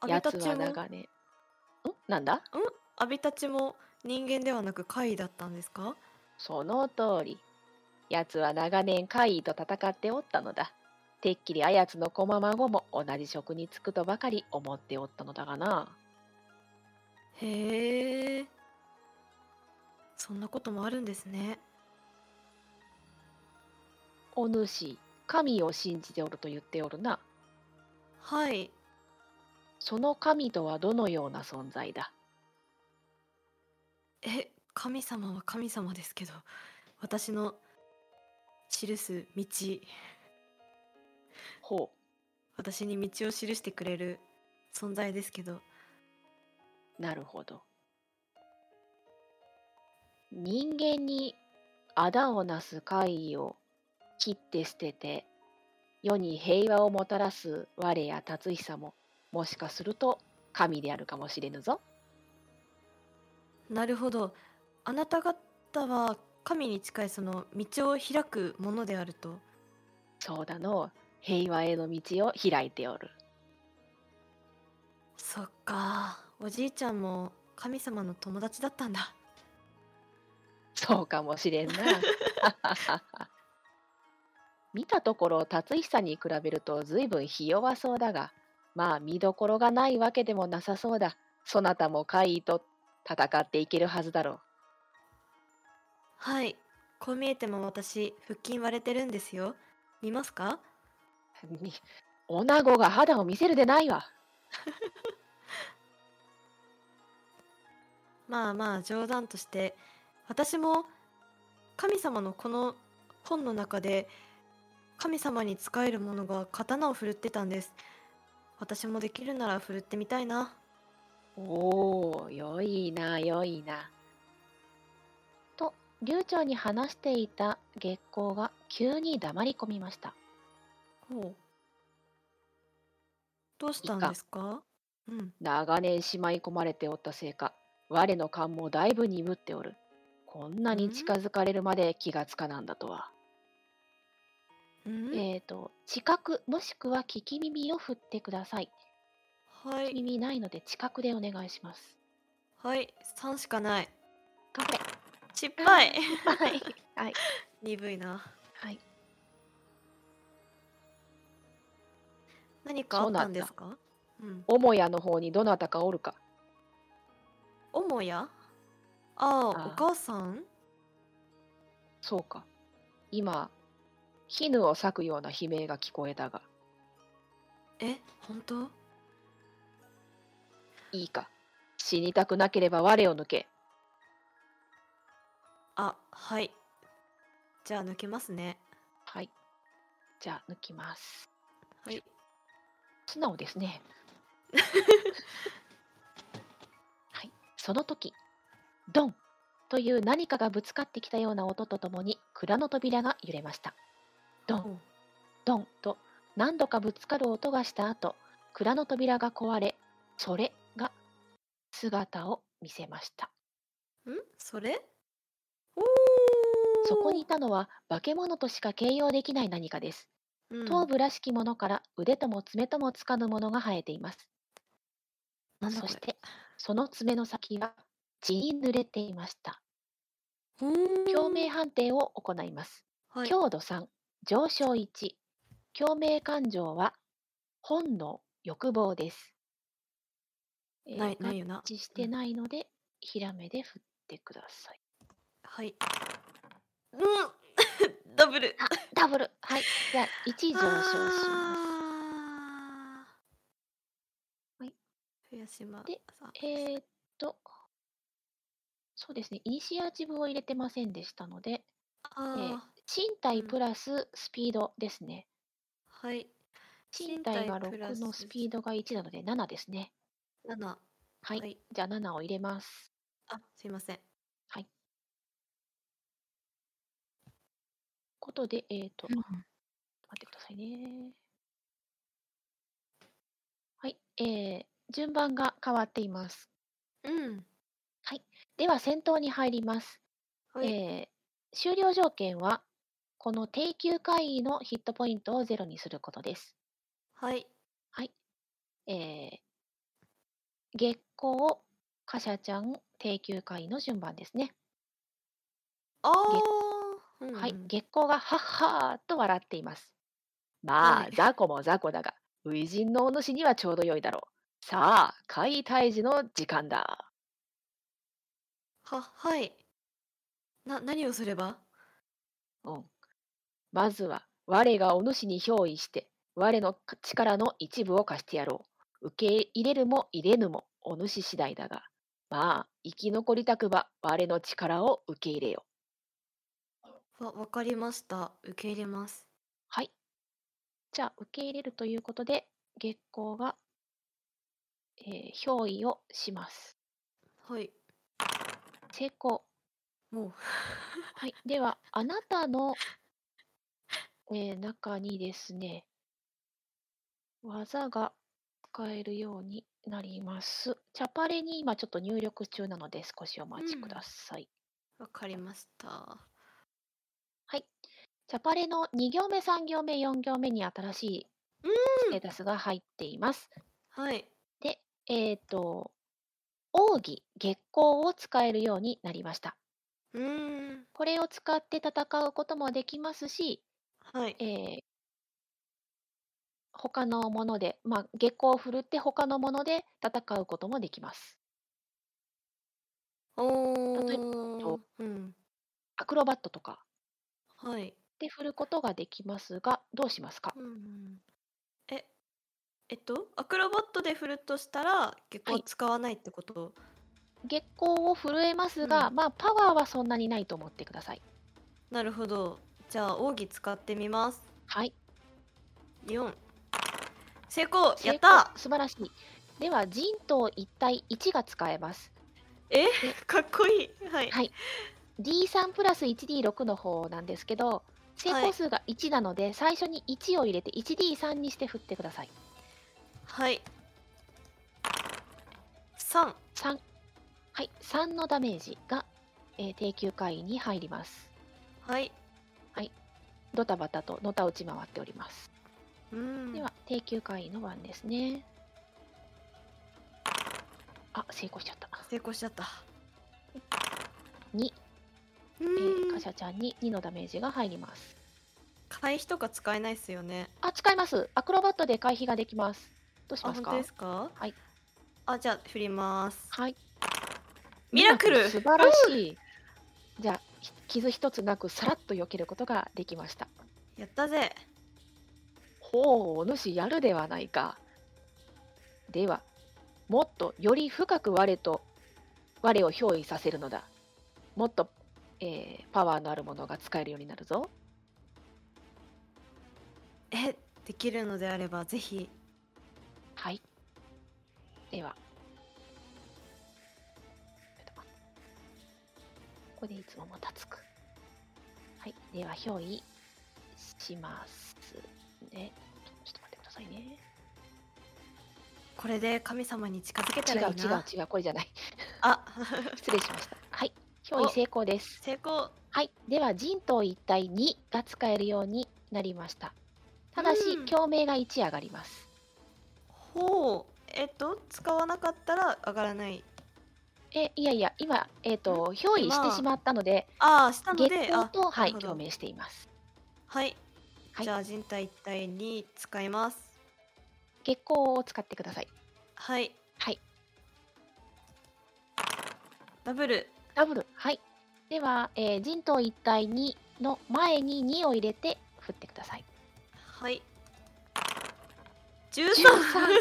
[SPEAKER 2] ア
[SPEAKER 1] や
[SPEAKER 2] ビ
[SPEAKER 1] つ
[SPEAKER 2] タチ
[SPEAKER 1] は
[SPEAKER 2] も、
[SPEAKER 1] 長年。んなんだ
[SPEAKER 2] アビタチも人間ではなく貝だったんですか
[SPEAKER 1] その通り。奴は長年怪異と戦っておったのだ。てっきりあやつの子ま孫も同じ職に就くとばかり思っておったのだがな。
[SPEAKER 2] へえ。そんなこともあるんですね。
[SPEAKER 1] お主、神を信じておると言っておるな。
[SPEAKER 2] はい。
[SPEAKER 1] その神とはどのような存在だ
[SPEAKER 2] え、神様は神様ですけど、私の記す道、
[SPEAKER 1] ほ
[SPEAKER 2] 私に道を記してくれる存在ですけど、
[SPEAKER 1] う、なるほど。人間に仇をなす怪異を切って捨てて、世に平和をもたらす我や達久ももしかすると神であるかもしれぬぞ。
[SPEAKER 2] なるほどあなた方は神に近いその道を開くものであると
[SPEAKER 1] そうだのう、平和への道を開いておる。
[SPEAKER 2] そっかおじいちゃんも神様の友達だったんだ
[SPEAKER 1] そうかもしれんな。 (laughs) 見たところ辰久に比べると随分ひ弱そうだがまあ見どころがないわけでもなさそうだそなたも怪異と戦っていけるはずだろう
[SPEAKER 2] はいこう見えても私腹筋割れてるんですよ見ますか
[SPEAKER 1] に女子が肌を見せるでないわ
[SPEAKER 2] まあまあ冗談として私も神様のこの本の中で神様に仕える者が刀を振るってたんです私もできるなら振るってみたいな
[SPEAKER 1] おおよいなよいなと流暢に話していた月光が急に黙り込みました
[SPEAKER 2] ほうどうしたんですかうん
[SPEAKER 1] 長年しまい込まれておったせいか我の勘もだいぶ鈍っておるこんなに近づかれるまで気がつかなんだとは、
[SPEAKER 2] うん、
[SPEAKER 1] えーと近くもしくは聞き耳を振ってください
[SPEAKER 2] はい
[SPEAKER 1] 耳ないので近くでお願いします
[SPEAKER 2] はい3しかない
[SPEAKER 1] 頑張
[SPEAKER 2] 失敗
[SPEAKER 1] れはいはい
[SPEAKER 2] 鈍いな
[SPEAKER 1] はい
[SPEAKER 2] 何かあったんですかうん
[SPEAKER 1] 母屋の方にどなたかおるか
[SPEAKER 2] 母屋あ
[SPEAKER 1] あ
[SPEAKER 2] あお母さん
[SPEAKER 1] そうか今絹を裂くような悲鳴が聞こえたが
[SPEAKER 2] え本当
[SPEAKER 1] いいか死にたくなければ我を抜け
[SPEAKER 2] あはいじゃあ抜けますね
[SPEAKER 1] はいじゃあ抜きます
[SPEAKER 2] はい
[SPEAKER 1] 素直です
[SPEAKER 2] (laughs)
[SPEAKER 1] ね。はい、その時、ドンという何かがぶつかってきたような音とともに蔵の扉が揺れました。ドン、
[SPEAKER 2] お
[SPEAKER 1] ドンと何度かぶつかる音がした後、蔵の扉が壊れ、それが姿を見せました。
[SPEAKER 2] んそれおー
[SPEAKER 1] そこにいたのは化け物としか形容できない何かです。
[SPEAKER 2] うん
[SPEAKER 1] 頭部らしきものから腕とも爪ともつかぬものが生えています。
[SPEAKER 2] なんだ
[SPEAKER 1] そ
[SPEAKER 2] これ
[SPEAKER 1] してその爪の先は血に濡れていました。
[SPEAKER 2] うーん
[SPEAKER 1] 共鳴判定を行います。
[SPEAKER 2] はい
[SPEAKER 1] 強度3、上昇1。共鳴感情は本能、欲望です。えー
[SPEAKER 2] ないないよな
[SPEAKER 1] 合致して
[SPEAKER 2] うん
[SPEAKER 1] ないので、ひらめで振ってください。
[SPEAKER 2] はいうん (laughs) ダブル
[SPEAKER 1] あ、ダブル。はい。じゃあ1上昇します。
[SPEAKER 2] あー
[SPEAKER 1] はい
[SPEAKER 2] 増やします
[SPEAKER 1] でえー、っと、そうですね。イニシアチブを入れてませんでしたので、
[SPEAKER 2] あ
[SPEAKER 1] え
[SPEAKER 2] ー、
[SPEAKER 1] ー身体
[SPEAKER 2] うん
[SPEAKER 1] プラススピードですね。
[SPEAKER 2] はい
[SPEAKER 1] 身体が
[SPEAKER 2] 身体プラ
[SPEAKER 1] 6
[SPEAKER 2] ス
[SPEAKER 1] のスピードが1なので7ですね。
[SPEAKER 2] 七
[SPEAKER 1] はい。
[SPEAKER 2] はい
[SPEAKER 1] じゃあ7を入れます。
[SPEAKER 2] あすいません
[SPEAKER 1] ことで、えっ、と、
[SPEAKER 2] うん
[SPEAKER 1] 待ってくださいね。はい。えー、順番が変わっています。
[SPEAKER 2] うん
[SPEAKER 1] では、先頭に入ります。
[SPEAKER 2] はい、
[SPEAKER 1] えー終了条件は、この定休会議のヒットポイントをゼロにすることです。
[SPEAKER 2] はい
[SPEAKER 1] えー、月光、カシャちゃん、定休会議の順番ですね。
[SPEAKER 2] ああ、うん
[SPEAKER 1] はい、
[SPEAKER 2] うん
[SPEAKER 1] 月光がはっはーと笑っています。まあ、
[SPEAKER 2] はい (laughs)
[SPEAKER 1] 雑魚も雑魚だが、初陣のお主にはちょうどよいだろう。さあ、解退時の時間だ。
[SPEAKER 2] ははいな何をすれば
[SPEAKER 1] うん。まずは、我がお主に憑依して、我の力の一部を貸してやろう。受け入れるも入れぬも、お主次第だが、まあ、生き残りたくば、我の力を受け入れよ。
[SPEAKER 2] わわかりました受け入れます
[SPEAKER 1] はい。じゃあ、受け入れるということで、月光が、えー憑依をします。
[SPEAKER 2] はい
[SPEAKER 1] 成功。
[SPEAKER 2] もう (laughs)
[SPEAKER 1] はい。では、あなたの、えー中にですね、技が使えるようになります。チャパレに今ちょっと入力中なので少しお待ちください。
[SPEAKER 2] わかりました。
[SPEAKER 1] チャパレの2行目、3行目、4行目に新しい
[SPEAKER 2] うん
[SPEAKER 1] ステータスが入っています。
[SPEAKER 2] はい。
[SPEAKER 1] えっ、と、奥義、月光を使えるようになりました。
[SPEAKER 2] うーん。
[SPEAKER 1] これを使って戦うこともできますし、
[SPEAKER 2] はい。
[SPEAKER 1] えー他のもので、まあ、月光を振るって他のもので戦うこともできます。
[SPEAKER 2] お
[SPEAKER 1] 例え
[SPEAKER 2] ー。うん。
[SPEAKER 1] アクロバットとか
[SPEAKER 2] はい。
[SPEAKER 1] で振ることができますが、どうしますか
[SPEAKER 2] うんうん。え、えっと、アクロバットで振るとしたら、結
[SPEAKER 1] は
[SPEAKER 2] 構
[SPEAKER 1] い
[SPEAKER 2] 使わないってこと、
[SPEAKER 1] 月光を振るえますが、
[SPEAKER 2] うん
[SPEAKER 1] まあ、パワーはそんなにないと思ってください。
[SPEAKER 2] なるほど。じゃあ、奥義使ってみます。
[SPEAKER 1] はい。
[SPEAKER 2] 四。成功
[SPEAKER 1] 成功
[SPEAKER 2] やった
[SPEAKER 1] 素晴らしい。では、人頭一体1が使えます。
[SPEAKER 2] え、かっこいい。はい。
[SPEAKER 1] はい D3 プラス 1D6 の方なんですけど、成
[SPEAKER 2] は
[SPEAKER 1] 功
[SPEAKER 2] い
[SPEAKER 1] 数が1なので、最初に1を入れて 1D3 にして振ってください。
[SPEAKER 2] はい。三。
[SPEAKER 1] 3。はい、3のダメージが、えー、低級会員に入ります。
[SPEAKER 2] はい。
[SPEAKER 1] ドタバタとのた打ち回っております。
[SPEAKER 2] うん。
[SPEAKER 1] では、低級会員の番ですね。あ、成功しちゃった。
[SPEAKER 2] 成功しちゃった。
[SPEAKER 1] 2、え
[SPEAKER 2] う
[SPEAKER 1] ー、
[SPEAKER 2] ー
[SPEAKER 1] カ
[SPEAKER 2] ん
[SPEAKER 1] シ。ャちゃんに2のダメージが入ります。
[SPEAKER 2] 回避とか使えないですよね。
[SPEAKER 1] あ、使います。アクロバットで回避ができます。どうし
[SPEAKER 2] あ、
[SPEAKER 1] ます
[SPEAKER 2] 本
[SPEAKER 1] か
[SPEAKER 2] 当ですか。
[SPEAKER 1] はい。
[SPEAKER 2] あ、じゃあ、振ります。
[SPEAKER 1] はい。
[SPEAKER 2] ミラクル
[SPEAKER 1] 素晴らしい。じゃあ、ひ傷一つなくさらっと避けることができました。
[SPEAKER 2] やったぜ。
[SPEAKER 1] ほう、お主やるではないか。では、もっとより深く我と、我を憑依させるのだ。もっと、えーパワーのあるものが使えるようになるぞ。
[SPEAKER 2] え、できるのであれば、ぜひ。
[SPEAKER 1] はい。では。ここでいつももたつく。はい。では、表意しますね。ちょっと待ってくださいね。
[SPEAKER 2] これで神様に近づけた
[SPEAKER 1] 違
[SPEAKER 2] ら
[SPEAKER 1] う
[SPEAKER 2] いいな。
[SPEAKER 1] 違う違う。これじゃ
[SPEAKER 2] (laughs)
[SPEAKER 1] ない。
[SPEAKER 2] あ、
[SPEAKER 1] 失礼しました。はい。表意成功です。
[SPEAKER 2] 成功。
[SPEAKER 1] はい。では、人頭一体2が使えるようになりました。ただし
[SPEAKER 2] うん、
[SPEAKER 1] 共鳴が1上がります。
[SPEAKER 2] ほう。えっと、使わなかったら上がらない。
[SPEAKER 1] え、いやいや、今、えっ、と、憑依してしまったので、
[SPEAKER 2] あー、したの
[SPEAKER 1] 月
[SPEAKER 2] で、
[SPEAKER 1] 光
[SPEAKER 2] あ、
[SPEAKER 1] と、はい、
[SPEAKER 2] なるほど
[SPEAKER 1] 共鳴しています。
[SPEAKER 2] はい。
[SPEAKER 1] はい
[SPEAKER 2] じゃあ、人体一体に使います。
[SPEAKER 1] 月光を使ってください。
[SPEAKER 2] はい。
[SPEAKER 1] はい。
[SPEAKER 2] ダブル。
[SPEAKER 1] ダブル。はい。では、えー、人頭一体2の前に2を入れて振ってください。
[SPEAKER 2] はい。十
[SPEAKER 1] 13
[SPEAKER 2] 三。。
[SPEAKER 1] 回っ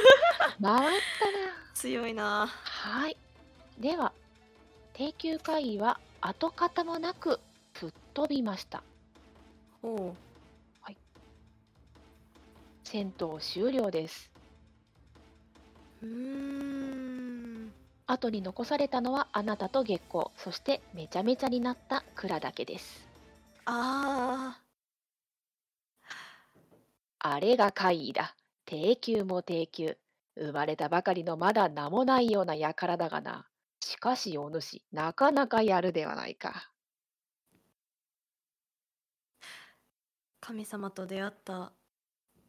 [SPEAKER 1] たな。
[SPEAKER 2] 強いな。
[SPEAKER 1] はい。では、定休会議は跡形もなく吹っ飛びました。
[SPEAKER 2] おう。
[SPEAKER 1] 戦闘終了です。
[SPEAKER 2] うーん。
[SPEAKER 1] 後に残されたのはあなたと月光、そしてめちゃめちゃになった蔵だけです。
[SPEAKER 2] あ
[SPEAKER 1] あれが怪異だ。低級も低級。生まれたばかりのまだ名もないような輩だがな。しかしお主、なかなかやるではないか。
[SPEAKER 2] ー。神様と出会った。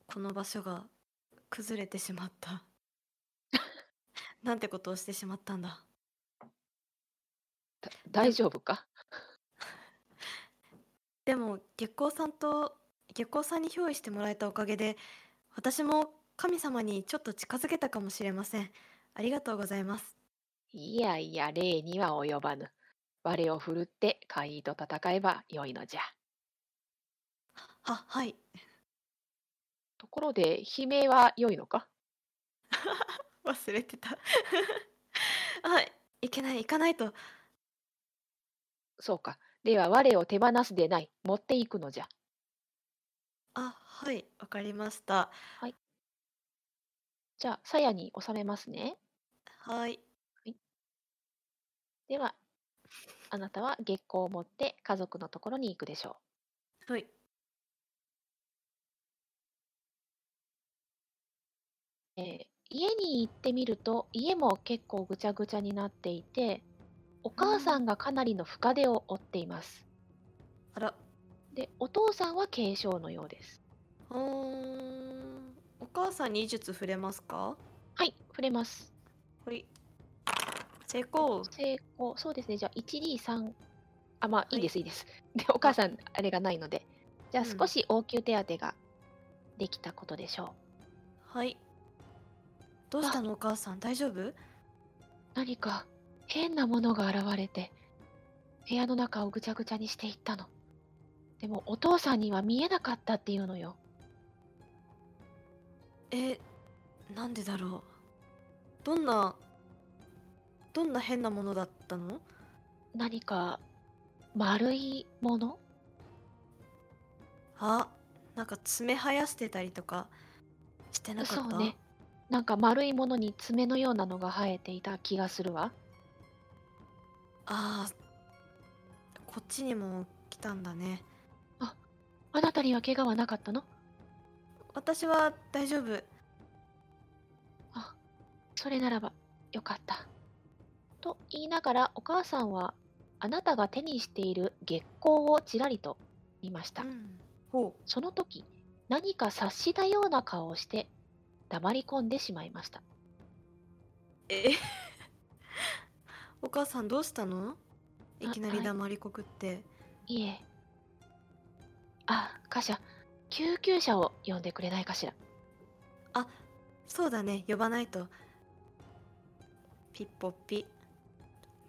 [SPEAKER 2] この場所が。崩れてしまった。なんてことをしてしまったんだ。
[SPEAKER 1] だ大丈夫か
[SPEAKER 2] でも月光さんと月光さんに憑依してもらえたおかげで私も神様にちょっと近づけたかもしれませんありがとうございます
[SPEAKER 1] いやいや、礼には及ばぬ。我を振るって怪異と戦えばよいのじゃ。
[SPEAKER 2] ははい
[SPEAKER 1] ところで、悲鳴は良いのか
[SPEAKER 2] 忘れてた (laughs) はいいけない行かないと
[SPEAKER 1] そうか。では我を手放すでない。持っていくのじゃ。
[SPEAKER 2] あはいわかりました
[SPEAKER 1] じゃあ、鞘に収めますね。
[SPEAKER 2] はい
[SPEAKER 1] では、あなたは月光を持って家族のところに行くでしょう。
[SPEAKER 2] はい
[SPEAKER 1] えー家に行ってみると家も結構ぐちゃぐちゃになっていてお母さんがかなりの深手を負っています
[SPEAKER 2] あら
[SPEAKER 1] でお父さんは軽症のようです
[SPEAKER 2] うーんお母さんに医術触れますか
[SPEAKER 1] はい触れます
[SPEAKER 2] ほい成功
[SPEAKER 1] 成功そうですねじゃあ123あまあいいです、い、いです (laughs) でお母さんあれがないのでじゃあ
[SPEAKER 2] うん
[SPEAKER 1] 少し応急手当ができたことでしょう、
[SPEAKER 2] はいどうしたのお母さん大丈夫
[SPEAKER 1] 何か変なものが現れて部屋の中をぐちゃぐちゃにしていったのでもお父さんには見えなかったっていうのよ
[SPEAKER 2] えなんでだろうどんなどんな変なものだったの
[SPEAKER 1] 何か丸いもの
[SPEAKER 2] あなんか爪生やしてたりとかしてなかった
[SPEAKER 1] そうねなんか丸いものに爪のようなのが生えていた気がするわ
[SPEAKER 2] あーこっちにも来たんだね
[SPEAKER 1] あなたには怪我はなかったの
[SPEAKER 2] 私は大丈夫
[SPEAKER 1] あそれならばよかった。と言いながらお母さんはあなたが手にしている月光をちらりと見ました
[SPEAKER 2] う。ん、ほ
[SPEAKER 1] その時何か察したような顔をして黙り込んでしまいました。
[SPEAKER 2] うえお母さんどうしたのいきな
[SPEAKER 1] あ
[SPEAKER 2] り
[SPEAKER 1] はい
[SPEAKER 2] 黙りこくって
[SPEAKER 1] いえ。あ、カシャ、救急車を呼んでくれないかしら。
[SPEAKER 2] そうだね呼ばないとピッポッピ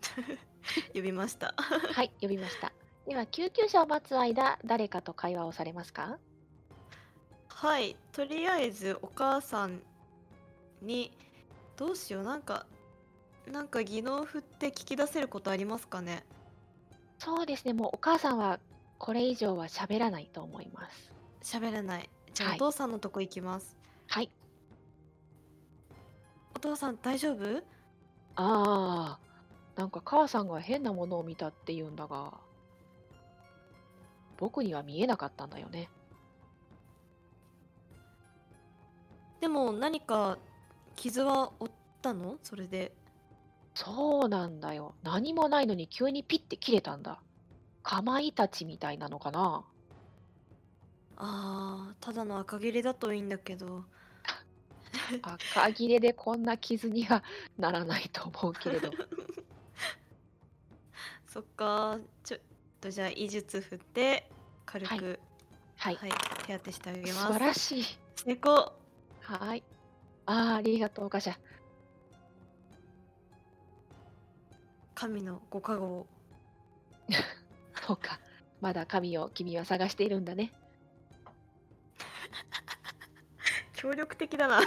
[SPEAKER 2] (laughs) 呼びました
[SPEAKER 1] はい、呼びました。では救急車を待つ間、誰かと会話をされますか
[SPEAKER 2] はいとりあえずお母さんにどうしようなんかなんか技能を振って聞き出せることありますかね
[SPEAKER 1] そうですね、もうお母さんはこれ以上は喋らないと思います。
[SPEAKER 2] 喋れないじゃあ、
[SPEAKER 1] はい
[SPEAKER 2] お父さんのとこ行きます
[SPEAKER 1] はい。
[SPEAKER 2] お父さん大丈夫
[SPEAKER 1] ああ、なんか母さんが変なものを見たって言うんだが、僕には見えなかったんだよね。
[SPEAKER 2] でも何か傷は負ったのそれで
[SPEAKER 1] そうなんだよ。何もないのに急にピッて切れたんだ。かまいたちみたいなのか (laughs) な
[SPEAKER 2] あーただの赤切れだといいんだけど
[SPEAKER 1] 赤切れでこんな傷にはならないと思うけれど。
[SPEAKER 2] そっかちょっとじゃあ医術振って軽
[SPEAKER 1] はい
[SPEAKER 2] く
[SPEAKER 1] は
[SPEAKER 2] はい
[SPEAKER 1] い。、
[SPEAKER 2] 手当てしてあげます
[SPEAKER 1] 素晴らしい。
[SPEAKER 2] 成功
[SPEAKER 1] はい。ああ、ありがとう、ガシャ。
[SPEAKER 2] 神のご加護を
[SPEAKER 1] そうか。まだ神を君は探しているんだね。
[SPEAKER 2] 協力的だな (laughs)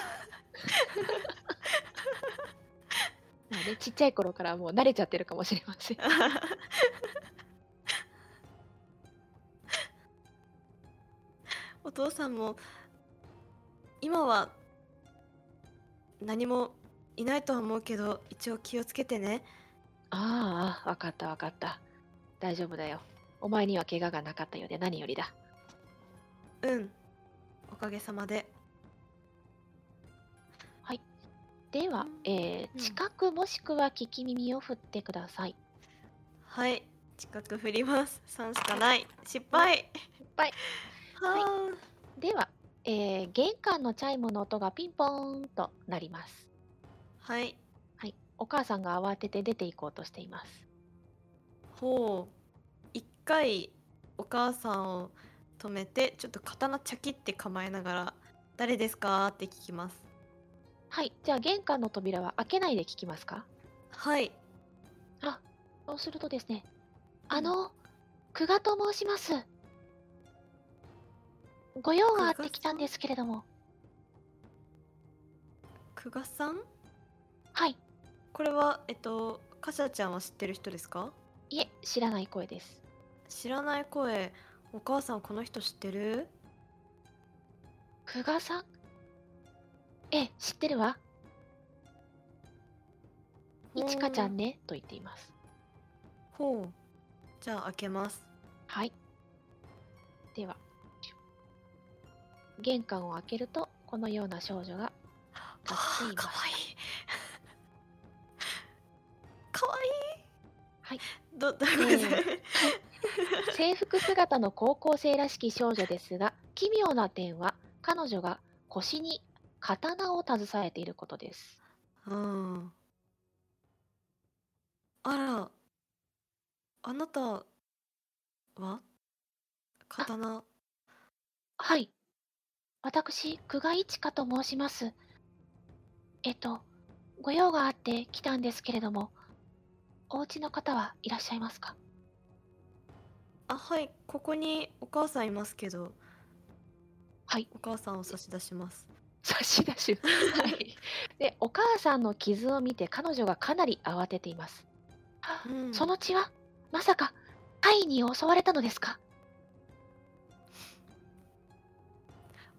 [SPEAKER 1] まあね、ちっちゃい頃からもう慣れちゃってるかもしれません。 (laughs)
[SPEAKER 2] お父さんも今は何もいないとは思うけど一応気をつけてね
[SPEAKER 1] ああ、わかったわかった。大丈夫だよ。お前には怪我がなかったようで何よりだ。
[SPEAKER 2] うんおかげさまで
[SPEAKER 1] では、え
[SPEAKER 2] うん
[SPEAKER 1] ー、近くもしくは聞き耳を振ってください。
[SPEAKER 2] はい近く振ります3しか (laughs) ない失敗失
[SPEAKER 1] 敗
[SPEAKER 2] は
[SPEAKER 1] では、えー、玄関のチャイムの音がピンポーンとなります。
[SPEAKER 2] ーはい
[SPEAKER 1] はい。お母さんが慌てて出て行こうとしています。
[SPEAKER 2] ほう一回お母さんを止めてちょっと刀チャキって構えながら「誰ですか?」って聞きます
[SPEAKER 1] はい。じゃあ、玄関の扉は開けないで聞きますか
[SPEAKER 2] はい
[SPEAKER 1] あ、そうするとですね、あの、久我と申します。ご用があってきたんですけれども、
[SPEAKER 2] 久我さん
[SPEAKER 1] はい。
[SPEAKER 2] これはえっとかしゃちゃんは知ってる人ですか
[SPEAKER 1] いえ、知らない声です。
[SPEAKER 2] 知らない声お母さんこの人知ってる
[SPEAKER 1] 久我さんええ、知ってるわ。いちかちゃんね、と言っています。
[SPEAKER 2] ほうじゃあ開けます
[SPEAKER 1] はい。では、玄関を開けると、このような少女が歌っていま
[SPEAKER 2] か
[SPEAKER 1] す
[SPEAKER 2] わいい。 (laughs) かわいい。
[SPEAKER 1] はい。
[SPEAKER 2] ど、どういうこと
[SPEAKER 1] え制服姿の高校生らしき少女ですが奇妙な点は彼女が腰に刀を携えていることです
[SPEAKER 2] うん。あら。あなた。は。刀。
[SPEAKER 1] はい私久我一花と申しますえっとご用があって来たんですけれどもお家の方はいらっしゃいますか
[SPEAKER 2] あ、はい。ここにお母さんいますけど。
[SPEAKER 1] はい。
[SPEAKER 2] お母さんを差し出します。
[SPEAKER 1] 差し出します、はい、でお母さんの傷を見て彼女がかなり慌てています、
[SPEAKER 2] うん
[SPEAKER 1] その血はまさか貝に襲われたのですか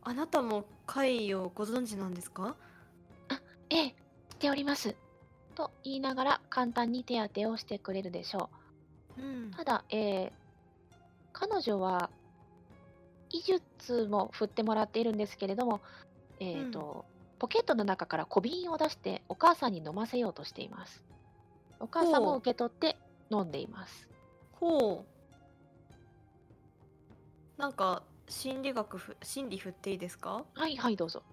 [SPEAKER 2] あなたも貝をご存知なんですか。
[SPEAKER 1] ええ、しております。と言いながら簡単に手当てをしてくれるでしょ
[SPEAKER 2] う
[SPEAKER 1] う。
[SPEAKER 2] ん
[SPEAKER 1] ただ、ええ彼女は医術も振ってもらっているんですけれども、えーとポケットの中から小瓶を出してお母さんに飲ませようとしています。お母さん
[SPEAKER 2] ほ
[SPEAKER 1] も
[SPEAKER 2] う
[SPEAKER 1] 受け取って飲んでいます。
[SPEAKER 2] ほう。なんか心理学ふ心理振っていいですか？
[SPEAKER 1] はいはいどうぞ。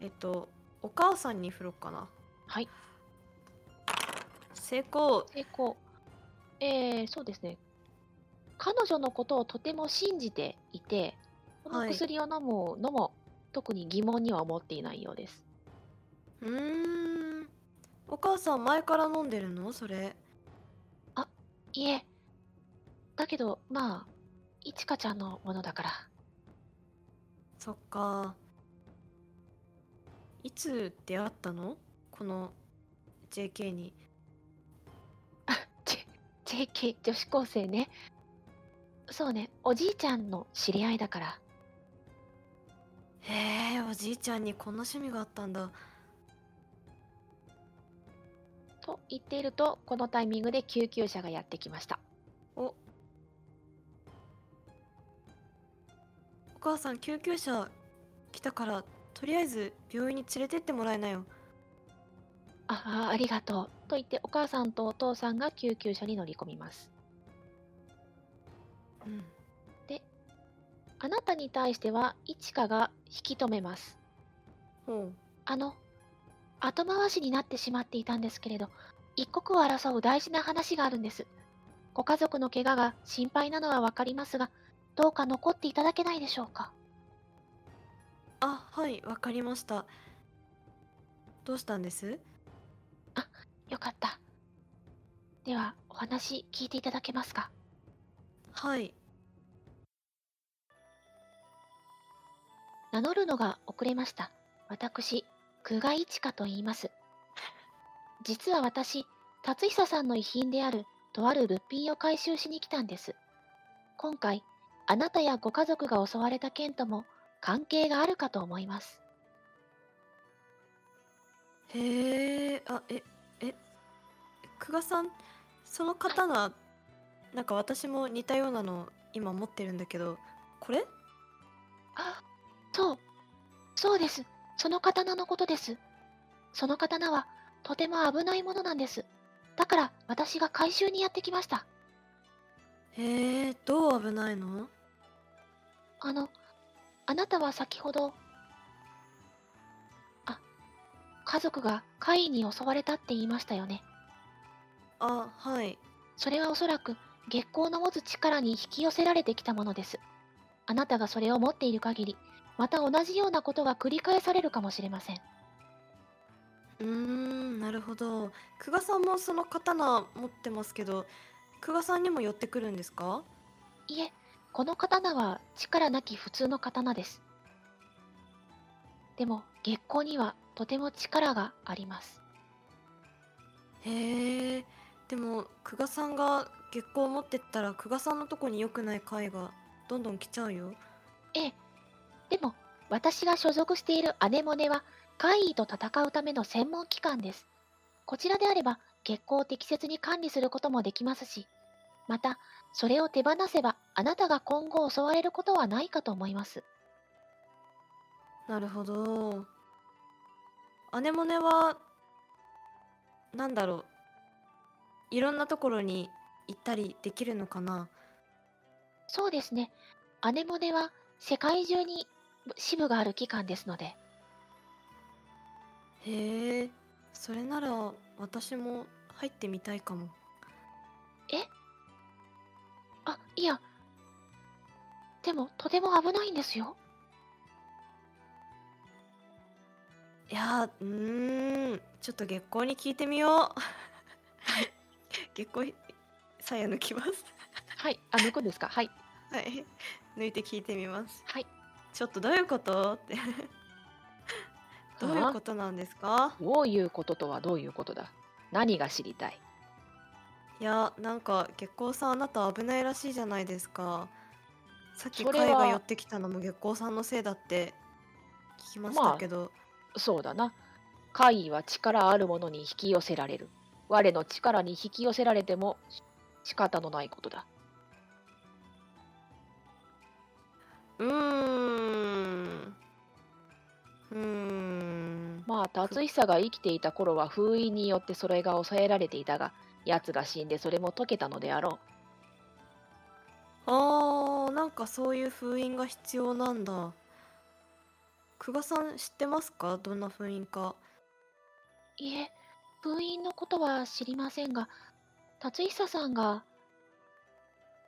[SPEAKER 2] えっとお母さんに振ろうかな。
[SPEAKER 1] はい。
[SPEAKER 2] 成功。
[SPEAKER 1] 成功。えー、そうですね。彼女のことをとても信じていて、この
[SPEAKER 2] はい
[SPEAKER 1] 薬を飲むのも特に疑問には思っていないようです。
[SPEAKER 2] うーん。お母さん前から飲んでるの？それ。
[SPEAKER 1] いえ、だけど、まあ、いちかちゃんのものだから。 (laughs)
[SPEAKER 2] そっか。いつ出会ったの？この JK に。
[SPEAKER 1] J- JK 女子高生ね。そうね、おじいちゃんの知り合いだから。
[SPEAKER 2] へえ、おじいちゃんにこんな趣味があったんだ。
[SPEAKER 1] と言っていると、このタイミングで救急車がやってきました。
[SPEAKER 2] おお母さん救急車来たからとりあえず病院に連れてってもらえなよ
[SPEAKER 1] ああ、ありがとう。と言って、お母さんとお父さんが救急車に乗り込みます。
[SPEAKER 2] うん
[SPEAKER 1] あなたに対しては、いちかが引き止めます。
[SPEAKER 2] ほ
[SPEAKER 1] あの、後回しになってしまっていたんですけれど、一刻を争う大事な話があるんです。ご家族の怪我が心配なのはわかりますが、どうか残っていただけないでしょうか。
[SPEAKER 2] うあはいわかりましたどうしたんです
[SPEAKER 1] よかった。では、お話聞いていただけますか。
[SPEAKER 2] はい
[SPEAKER 1] 名乗るのが遅れました。私、久我一花と言います。実は私、達久さんの遺品であるとある物品を回収しに来たんです。今回、あなたやご家族が襲われた件とも関係があるかと思います。
[SPEAKER 2] へえあええ久我さんその刀、なんか私も似たようなの今持ってるんだけどこれ
[SPEAKER 1] あ、そう、そうです。その刀のことです。その刀はとても危ないものなんです。だから私が回収にやってきました。
[SPEAKER 2] へえどう危ないの
[SPEAKER 1] あの、あなたは先ほど、あ、家族が怪異に襲われたって言いましたよね。
[SPEAKER 2] あはい
[SPEAKER 1] それはおそらく月光の持つ力に引き寄せられてきたものです。あなたがそれを持っている限り、また同じようなことが繰り返されるかもしれません。
[SPEAKER 2] うーんなるほど久我さんもその刀持ってますけど久我さんにも寄ってくるんですか
[SPEAKER 1] いえ、この刀は力なき普通の刀です。でも月光にはとても力があります。
[SPEAKER 2] へえでも久我さんが月光持ってったら久我さんのとこに良くない貝がどんどん来ちゃうよ
[SPEAKER 1] ええ。でも、私が所属しているアネモネは、怪異と戦うための専門機関です。こちらであれば、月光を適切に管理することもできますし、また、それを手放せば、あなたが今後襲われることはないかと思います。
[SPEAKER 2] なるほどアネモネはなんだろういろんなところに行ったりできるのかな
[SPEAKER 1] そうですね。アネモネは世界中に支部がある機関ですので、
[SPEAKER 2] へえそれなら私も入ってみたいかも
[SPEAKER 1] あ、いや、でもとても危ないんですよ。
[SPEAKER 2] いやーうーんちょっと月光に聞いてみよう (laughs) 月光さや抜きます (laughs)
[SPEAKER 1] はい、あ、抜くんですかはい。
[SPEAKER 2] はい抜いて聞いてみます
[SPEAKER 1] はい
[SPEAKER 2] ちょっとどういうことってどういうことなんですか
[SPEAKER 1] どういうこととはどういうことだ何が知りたい
[SPEAKER 2] いやなんか月光さんあなた危ないらしいじゃないですかさっき
[SPEAKER 1] それ
[SPEAKER 2] 貝
[SPEAKER 1] は
[SPEAKER 2] が寄ってきたのも月光さんのせいだって聞きまし
[SPEAKER 1] ま
[SPEAKER 2] た
[SPEAKER 1] あ
[SPEAKER 2] けど、
[SPEAKER 1] そうだな。怪異は力あるものに引き寄せられる。我の力に引き寄せられても仕方のないことだ。
[SPEAKER 2] うーんうーん
[SPEAKER 1] まあ、達久が生きていた頃は封印によってそれが抑えられていたが、奴が死んでそれも解けたのであろ
[SPEAKER 2] あーなんかそういう封印が必要なんだ久我さん知ってますかどんな封印か
[SPEAKER 1] う。いえ、封印のことは知りませんが、達久さんが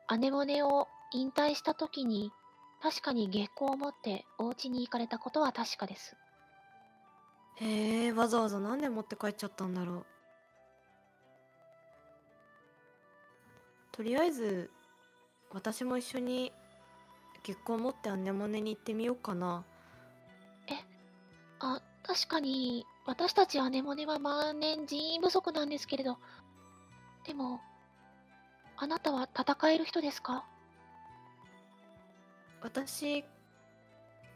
[SPEAKER 1] アネモネを引退した時に、確かに月光を持ってお家に行かれたことは確かです。
[SPEAKER 2] へえわざわざ何で持って帰っちゃったんだろうとりあえず私も一緒に月光持ってアネモネに行ってみようかな
[SPEAKER 1] あ、確かに、私たちアネモネは万年人員不足なんですけれど、でも、あなたは戦える人ですか
[SPEAKER 2] 私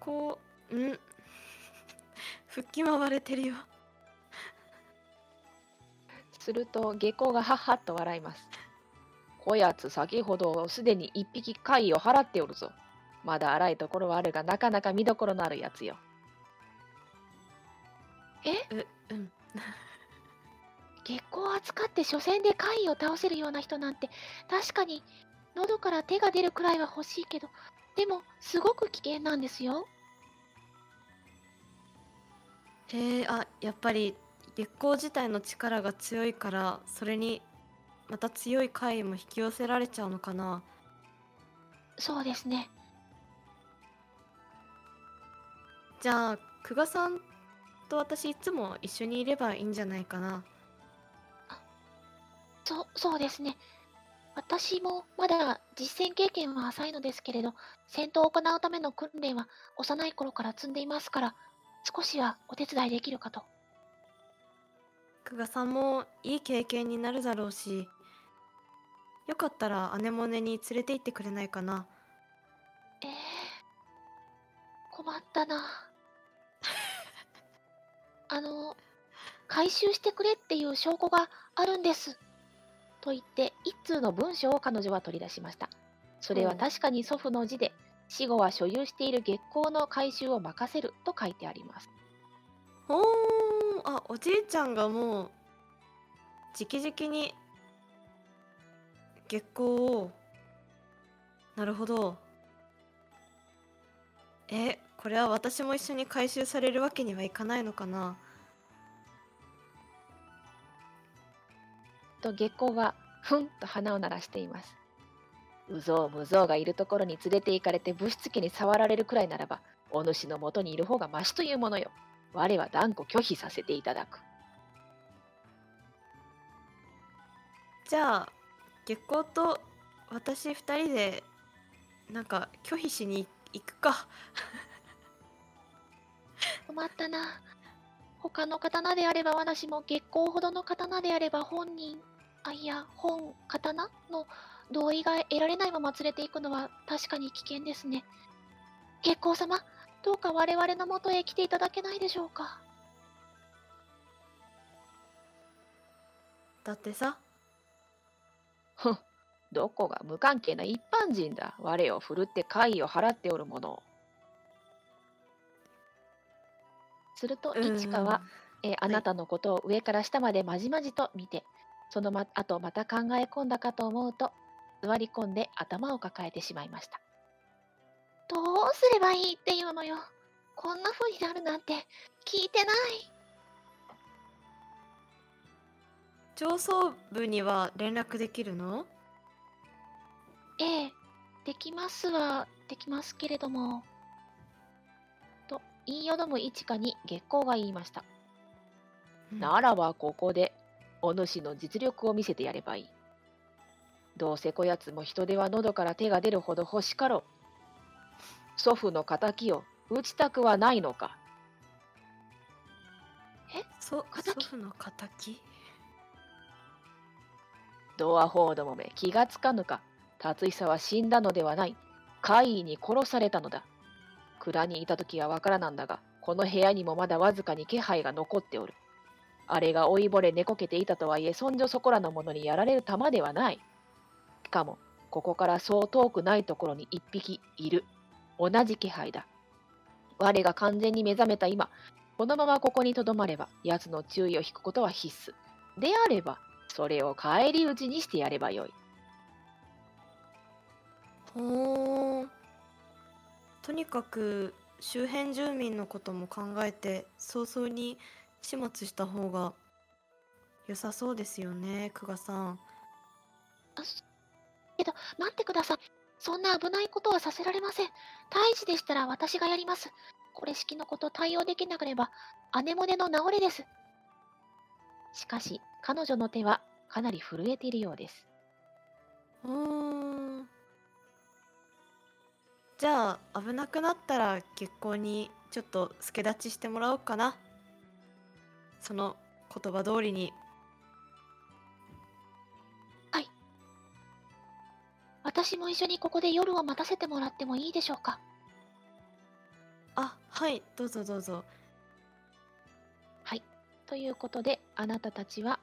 [SPEAKER 2] こうん (laughs) 腹筋は割れてるよ
[SPEAKER 1] すると下校がはっはっと笑います。こやつ先ほどすでに一匹貝を払っておるぞ。まだ荒いところはあるがなかなか見どころのあるやつよ。
[SPEAKER 2] ううん
[SPEAKER 1] 月光を扱って所詮で怪異を倒せるような人なんて確かに喉から手が出るくらいは欲しいけどでもすごく危険なんですよ
[SPEAKER 2] へえあやっぱり月光自体の力が強いからそれにまた強い怪異も引き寄せられちゃうのかな
[SPEAKER 1] そうですね
[SPEAKER 2] じゃあ久我さんと私いつも一緒にいればいいんじゃないかな
[SPEAKER 1] そうそうですね私もまだ実践経験は浅いのですけれど戦闘を行うための訓練は幼い頃から積んでいますから少しはお手伝いできるかと
[SPEAKER 2] 久我さんもいい経験になるだろうしよかったらアネモネに連れて行ってくれないかな
[SPEAKER 1] ええ困ったな (laughs) あの回収してくれっていう証拠があるんですと言って一通の文章を彼女は取り出しましたそれは
[SPEAKER 2] うん
[SPEAKER 1] 確かに祖父の字で死後は所有している月光の回収を任せると書いてあります
[SPEAKER 2] おーあおじいちゃんがもう直々に月光をなるほどえこれは私も一緒に回収されるわけにはいかないのかな
[SPEAKER 1] と月光がふんと鼻を鳴らしています無造無造がいるところに連れて行かれて物質家に触られるくらいならばお主のもとにいる方がマシというものよ我は断固拒否させていただく
[SPEAKER 2] じゃあ月光と私2人でなんか拒否しに行くか
[SPEAKER 1] 困ったな他の刀であれば私も月光ほどの刀であれば本人あいや本刀の同意が得られないまま連れて行くのは確かに危険ですね月光様どうか我々の元へ来ていただけないでしょうか
[SPEAKER 2] だってさ
[SPEAKER 1] ふんどこが無関係な一般人だ我を振るって怪異を払っておるものをすると
[SPEAKER 2] うん
[SPEAKER 1] 一花はえーあなたのことを上から下までまじまじと見て、そのま後また考え込んだかと思うと、座り込んで頭を抱えてしまいました。どうすればいいっていうのよ。こんな風になるなんて聞いてない。
[SPEAKER 2] 上層部には連絡できるの
[SPEAKER 1] ええ、できますはできますけれども。と言いよどむ一華に月光が言いました。ならばここで、お主の実力を見せてやればいい。どうせこやつも人手は喉から手が出るほど欲しかろう。祖父の仇を討ちたくはないのか。
[SPEAKER 2] そ
[SPEAKER 1] 仇
[SPEAKER 2] 祖父の敵
[SPEAKER 1] ドアホーどもめ気がつかぬか。達久は死んだのではない。怪異に殺されたのだ。蔵にいた時はわからなんだが、この部屋にもまだわずかに気配が残っておる。あれが老いぼれ寝こけていたとはいえ、そんじょそこらのものにやられる玉ではない。しかも、ここからそう遠くないところに一匹いる。同じ気配だ。我が完全に目覚めた今、このままここにとどまれば、奴の注意を引くことは必須。であれば、それを返り討ちにしてやればよい。
[SPEAKER 2] ほーとにかく周辺住民のことも考えて早々に始末した方が良さそうですよね久我さん
[SPEAKER 1] 待ってください。そんな危ないことはさせられません。大使でしたら私がやります。これ式のこと対応できなければ、姉もねの治れです。しかし、彼女の手はかなり震えているようです。
[SPEAKER 2] うーんじゃあ危なくなったら結婚にちょっと助立ちしてもらおうかなその言葉通りに
[SPEAKER 1] 私も一緒にここで夜を待たせてもらってもいいでしょうか。
[SPEAKER 2] あはいどうぞどうぞ
[SPEAKER 1] ということで、あなたたちは、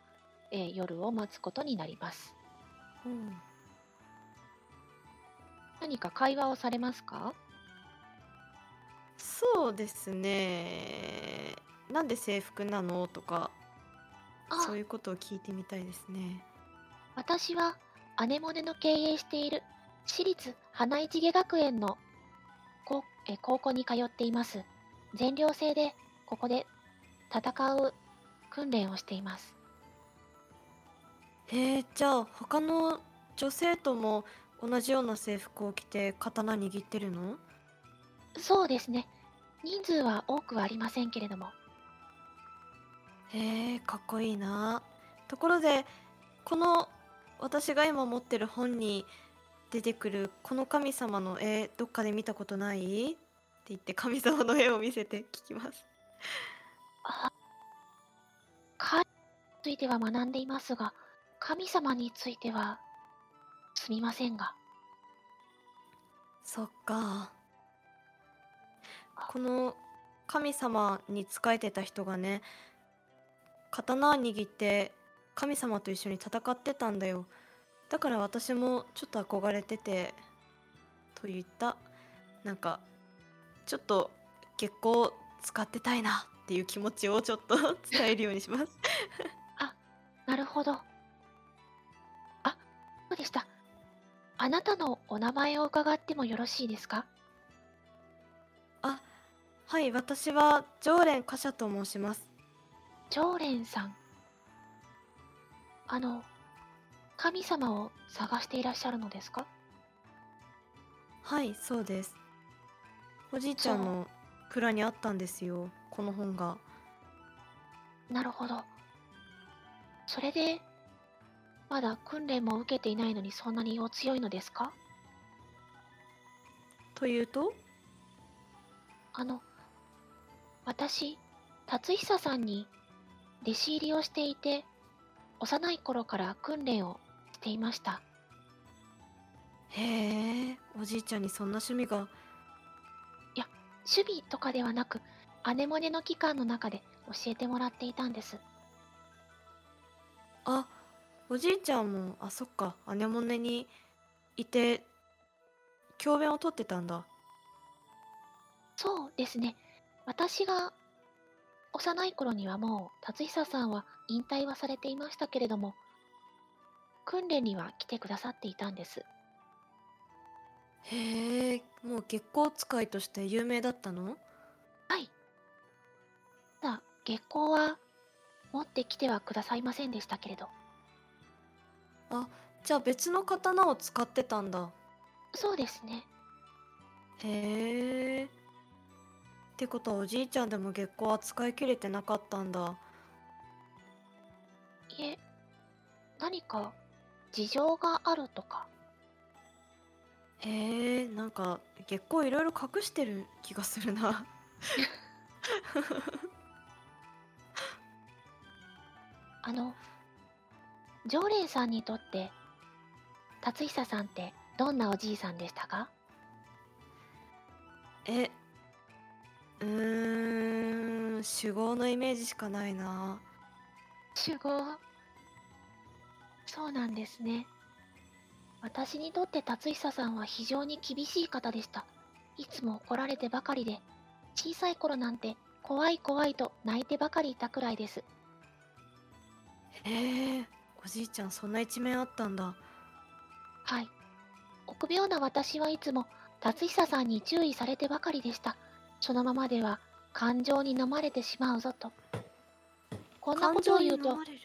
[SPEAKER 1] えー夜を待つことになります。
[SPEAKER 2] うん
[SPEAKER 1] 何か会話をされますか
[SPEAKER 2] そうですね。なんで制服なのとか、
[SPEAKER 1] あ
[SPEAKER 2] そういうことを聞いてみたいですね。
[SPEAKER 1] 私はアネモネの経営している私立花市毛学園の高え高校に通っています全寮制でここで戦う訓練をしています
[SPEAKER 2] へえ、じゃあ他の女性とも同じような制服を着て刀握ってるの
[SPEAKER 1] そうですね人数は多くはありませんけれども
[SPEAKER 2] へえ、かっこいいな。ところで、この私が今持ってる本に出てくるこの神様の絵、どっかで見たことないって言って神様の絵を見せて聞きます。
[SPEAKER 1] 神については学んでいますが神様についてはすみませんが
[SPEAKER 2] そっか。この神様に仕えてた人がね、刀握って神様と一緒に戦ってたんだよ。だから私もちょっと憧れてて、と言った。なんか、ちょっと月光使ってたいなっていう気持ちをちょっと (laughs) 伝えるようにします。
[SPEAKER 1] なるほど。あ、そうでした。あなたのお名前を伺ってもよろしいですか
[SPEAKER 2] あ、はい、私は常連貨車と申します。
[SPEAKER 1] 常連さん。あの、神様を探していらっしゃるのですか
[SPEAKER 2] はいそうですおじいちゃんの蔵にあったんですよこの本が
[SPEAKER 1] なるほど。それで、まだ訓練も受けていないのにそんなにお強いのですか
[SPEAKER 2] というと
[SPEAKER 1] あの、私、達久さんに弟子入りをしていて、幼い頃から訓練をしていました。
[SPEAKER 2] へえおじいちゃんにそんな趣味が
[SPEAKER 1] 趣味とかではなく、アネモネの期間の中で教えてもらっていたんです。
[SPEAKER 2] あおじいちゃんもあそっか姉もねにいて教鞭をとってたんだ
[SPEAKER 1] そうですね。私が幼い頃にはもう達久さんは引退はされていましたけれども訓練には来てくださっていたんです
[SPEAKER 2] へえもう月光使いとして有名だったの
[SPEAKER 1] はいただ月光は持ってきてはくださいませんでしたけれど
[SPEAKER 2] じゃあ別の刀を使ってたんだ
[SPEAKER 1] そうですね
[SPEAKER 2] へえってことはおじいちゃんでも月光は使い切れてなかったんだ
[SPEAKER 1] いえ何か事情があるとか
[SPEAKER 2] へえなんか月光いろいろ隠してる気がするな (laughs)
[SPEAKER 1] あの常連さんにとって達久さんってどんなおじいさんでしたか
[SPEAKER 2] えうーん酒豪のイメージしかないな
[SPEAKER 1] 主語そうなんですね私にとって達久さんは非常に厳しい方でしたいつも怒られてばかりで小さい頃なんて怖い怖いと泣いてばかりいたくらいです
[SPEAKER 2] へえおじいちゃんそんな一面あったんだ
[SPEAKER 1] はい臆病な私はいつも達久さんに注意されてばかりでしたそのままでは感情に飲まれてしまうぞとこんなことを言うと
[SPEAKER 2] 感情に飲まれる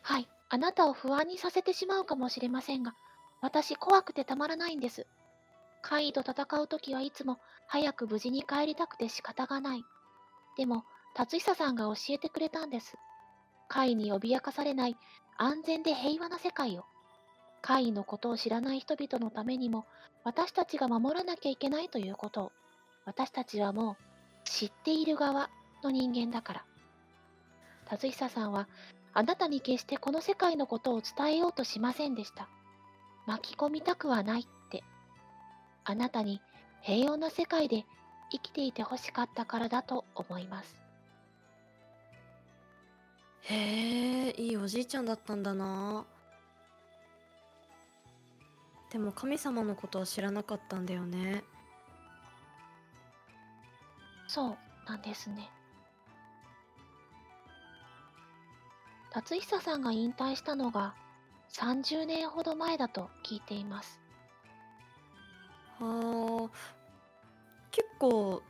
[SPEAKER 1] はい、あなたを不安にさせてしまうかもしれませんが、私怖くてたまらないんです。怪異と戦うときはいつも早く無事に帰りたくて仕方がない。でも、達久さんが教えてくれたんです。怪異に脅かされない安全で平和な世界を。怪異のことを知らない人々のためにも、私たちが守らなきゃいけないということを。私たちはもう知っている側の人間だから。達久さんはあなたに決してこの世界のことを伝えようとしませんでした。巻き込みたくはないって。あなたに平穏な世界で生きていてほしかったからだと思います。
[SPEAKER 2] へえいいおじいちゃんだったんだなでも神様のことは知らなかったんだよね
[SPEAKER 1] そうなんですね。達久さんが引退したのが30年ほど前だと聞いています。
[SPEAKER 2] あー結構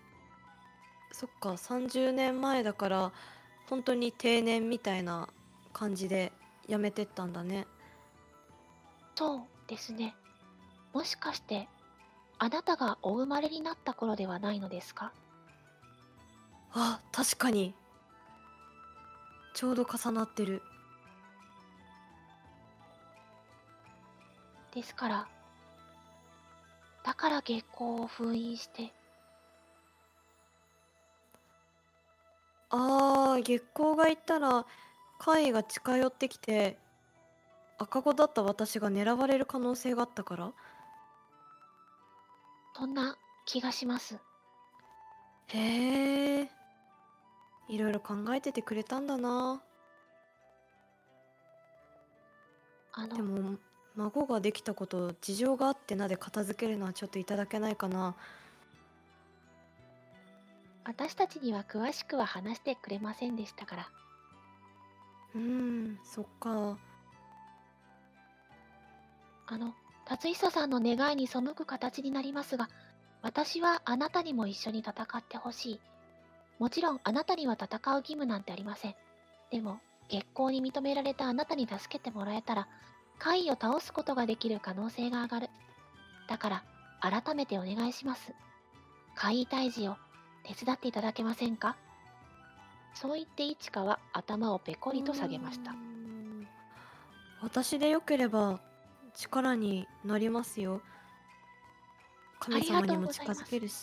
[SPEAKER 2] そっか30年前だから本当に定年みたいな感じで辞めてったんだね
[SPEAKER 1] そうですね。もしかして、あなたがお生まれになった頃ではないのですか
[SPEAKER 2] あ確かにちょうど重なってる
[SPEAKER 1] ですからだから月光を封印して
[SPEAKER 2] あー月光が行ったら怪異が近寄ってきて赤子だった私が狙われる可能性があったから
[SPEAKER 1] そんな気がします
[SPEAKER 2] へえいろいろ考えててくれたんだな
[SPEAKER 1] あ
[SPEAKER 2] で
[SPEAKER 1] の
[SPEAKER 2] も孫ができたこと事情があってなで片付けるのはちょっといただけないかな
[SPEAKER 1] 私たちには詳しくは話してくれませんでしたから
[SPEAKER 2] うんそっか
[SPEAKER 1] あの達久さんの願いに背く形になりますが私はあなたにも一緒に戦ってほしいもちろんあなたには戦う義務なんてありませんでも月光に認められたあなたに助けてもらえたら怪異を倒すことができる可能性が上がるだから改めてお願いします怪異退治を手伝っていただけませんかそう言って一花は頭をペコリと下げました
[SPEAKER 2] うん私でよければ力になりますよ神様にも近づけるし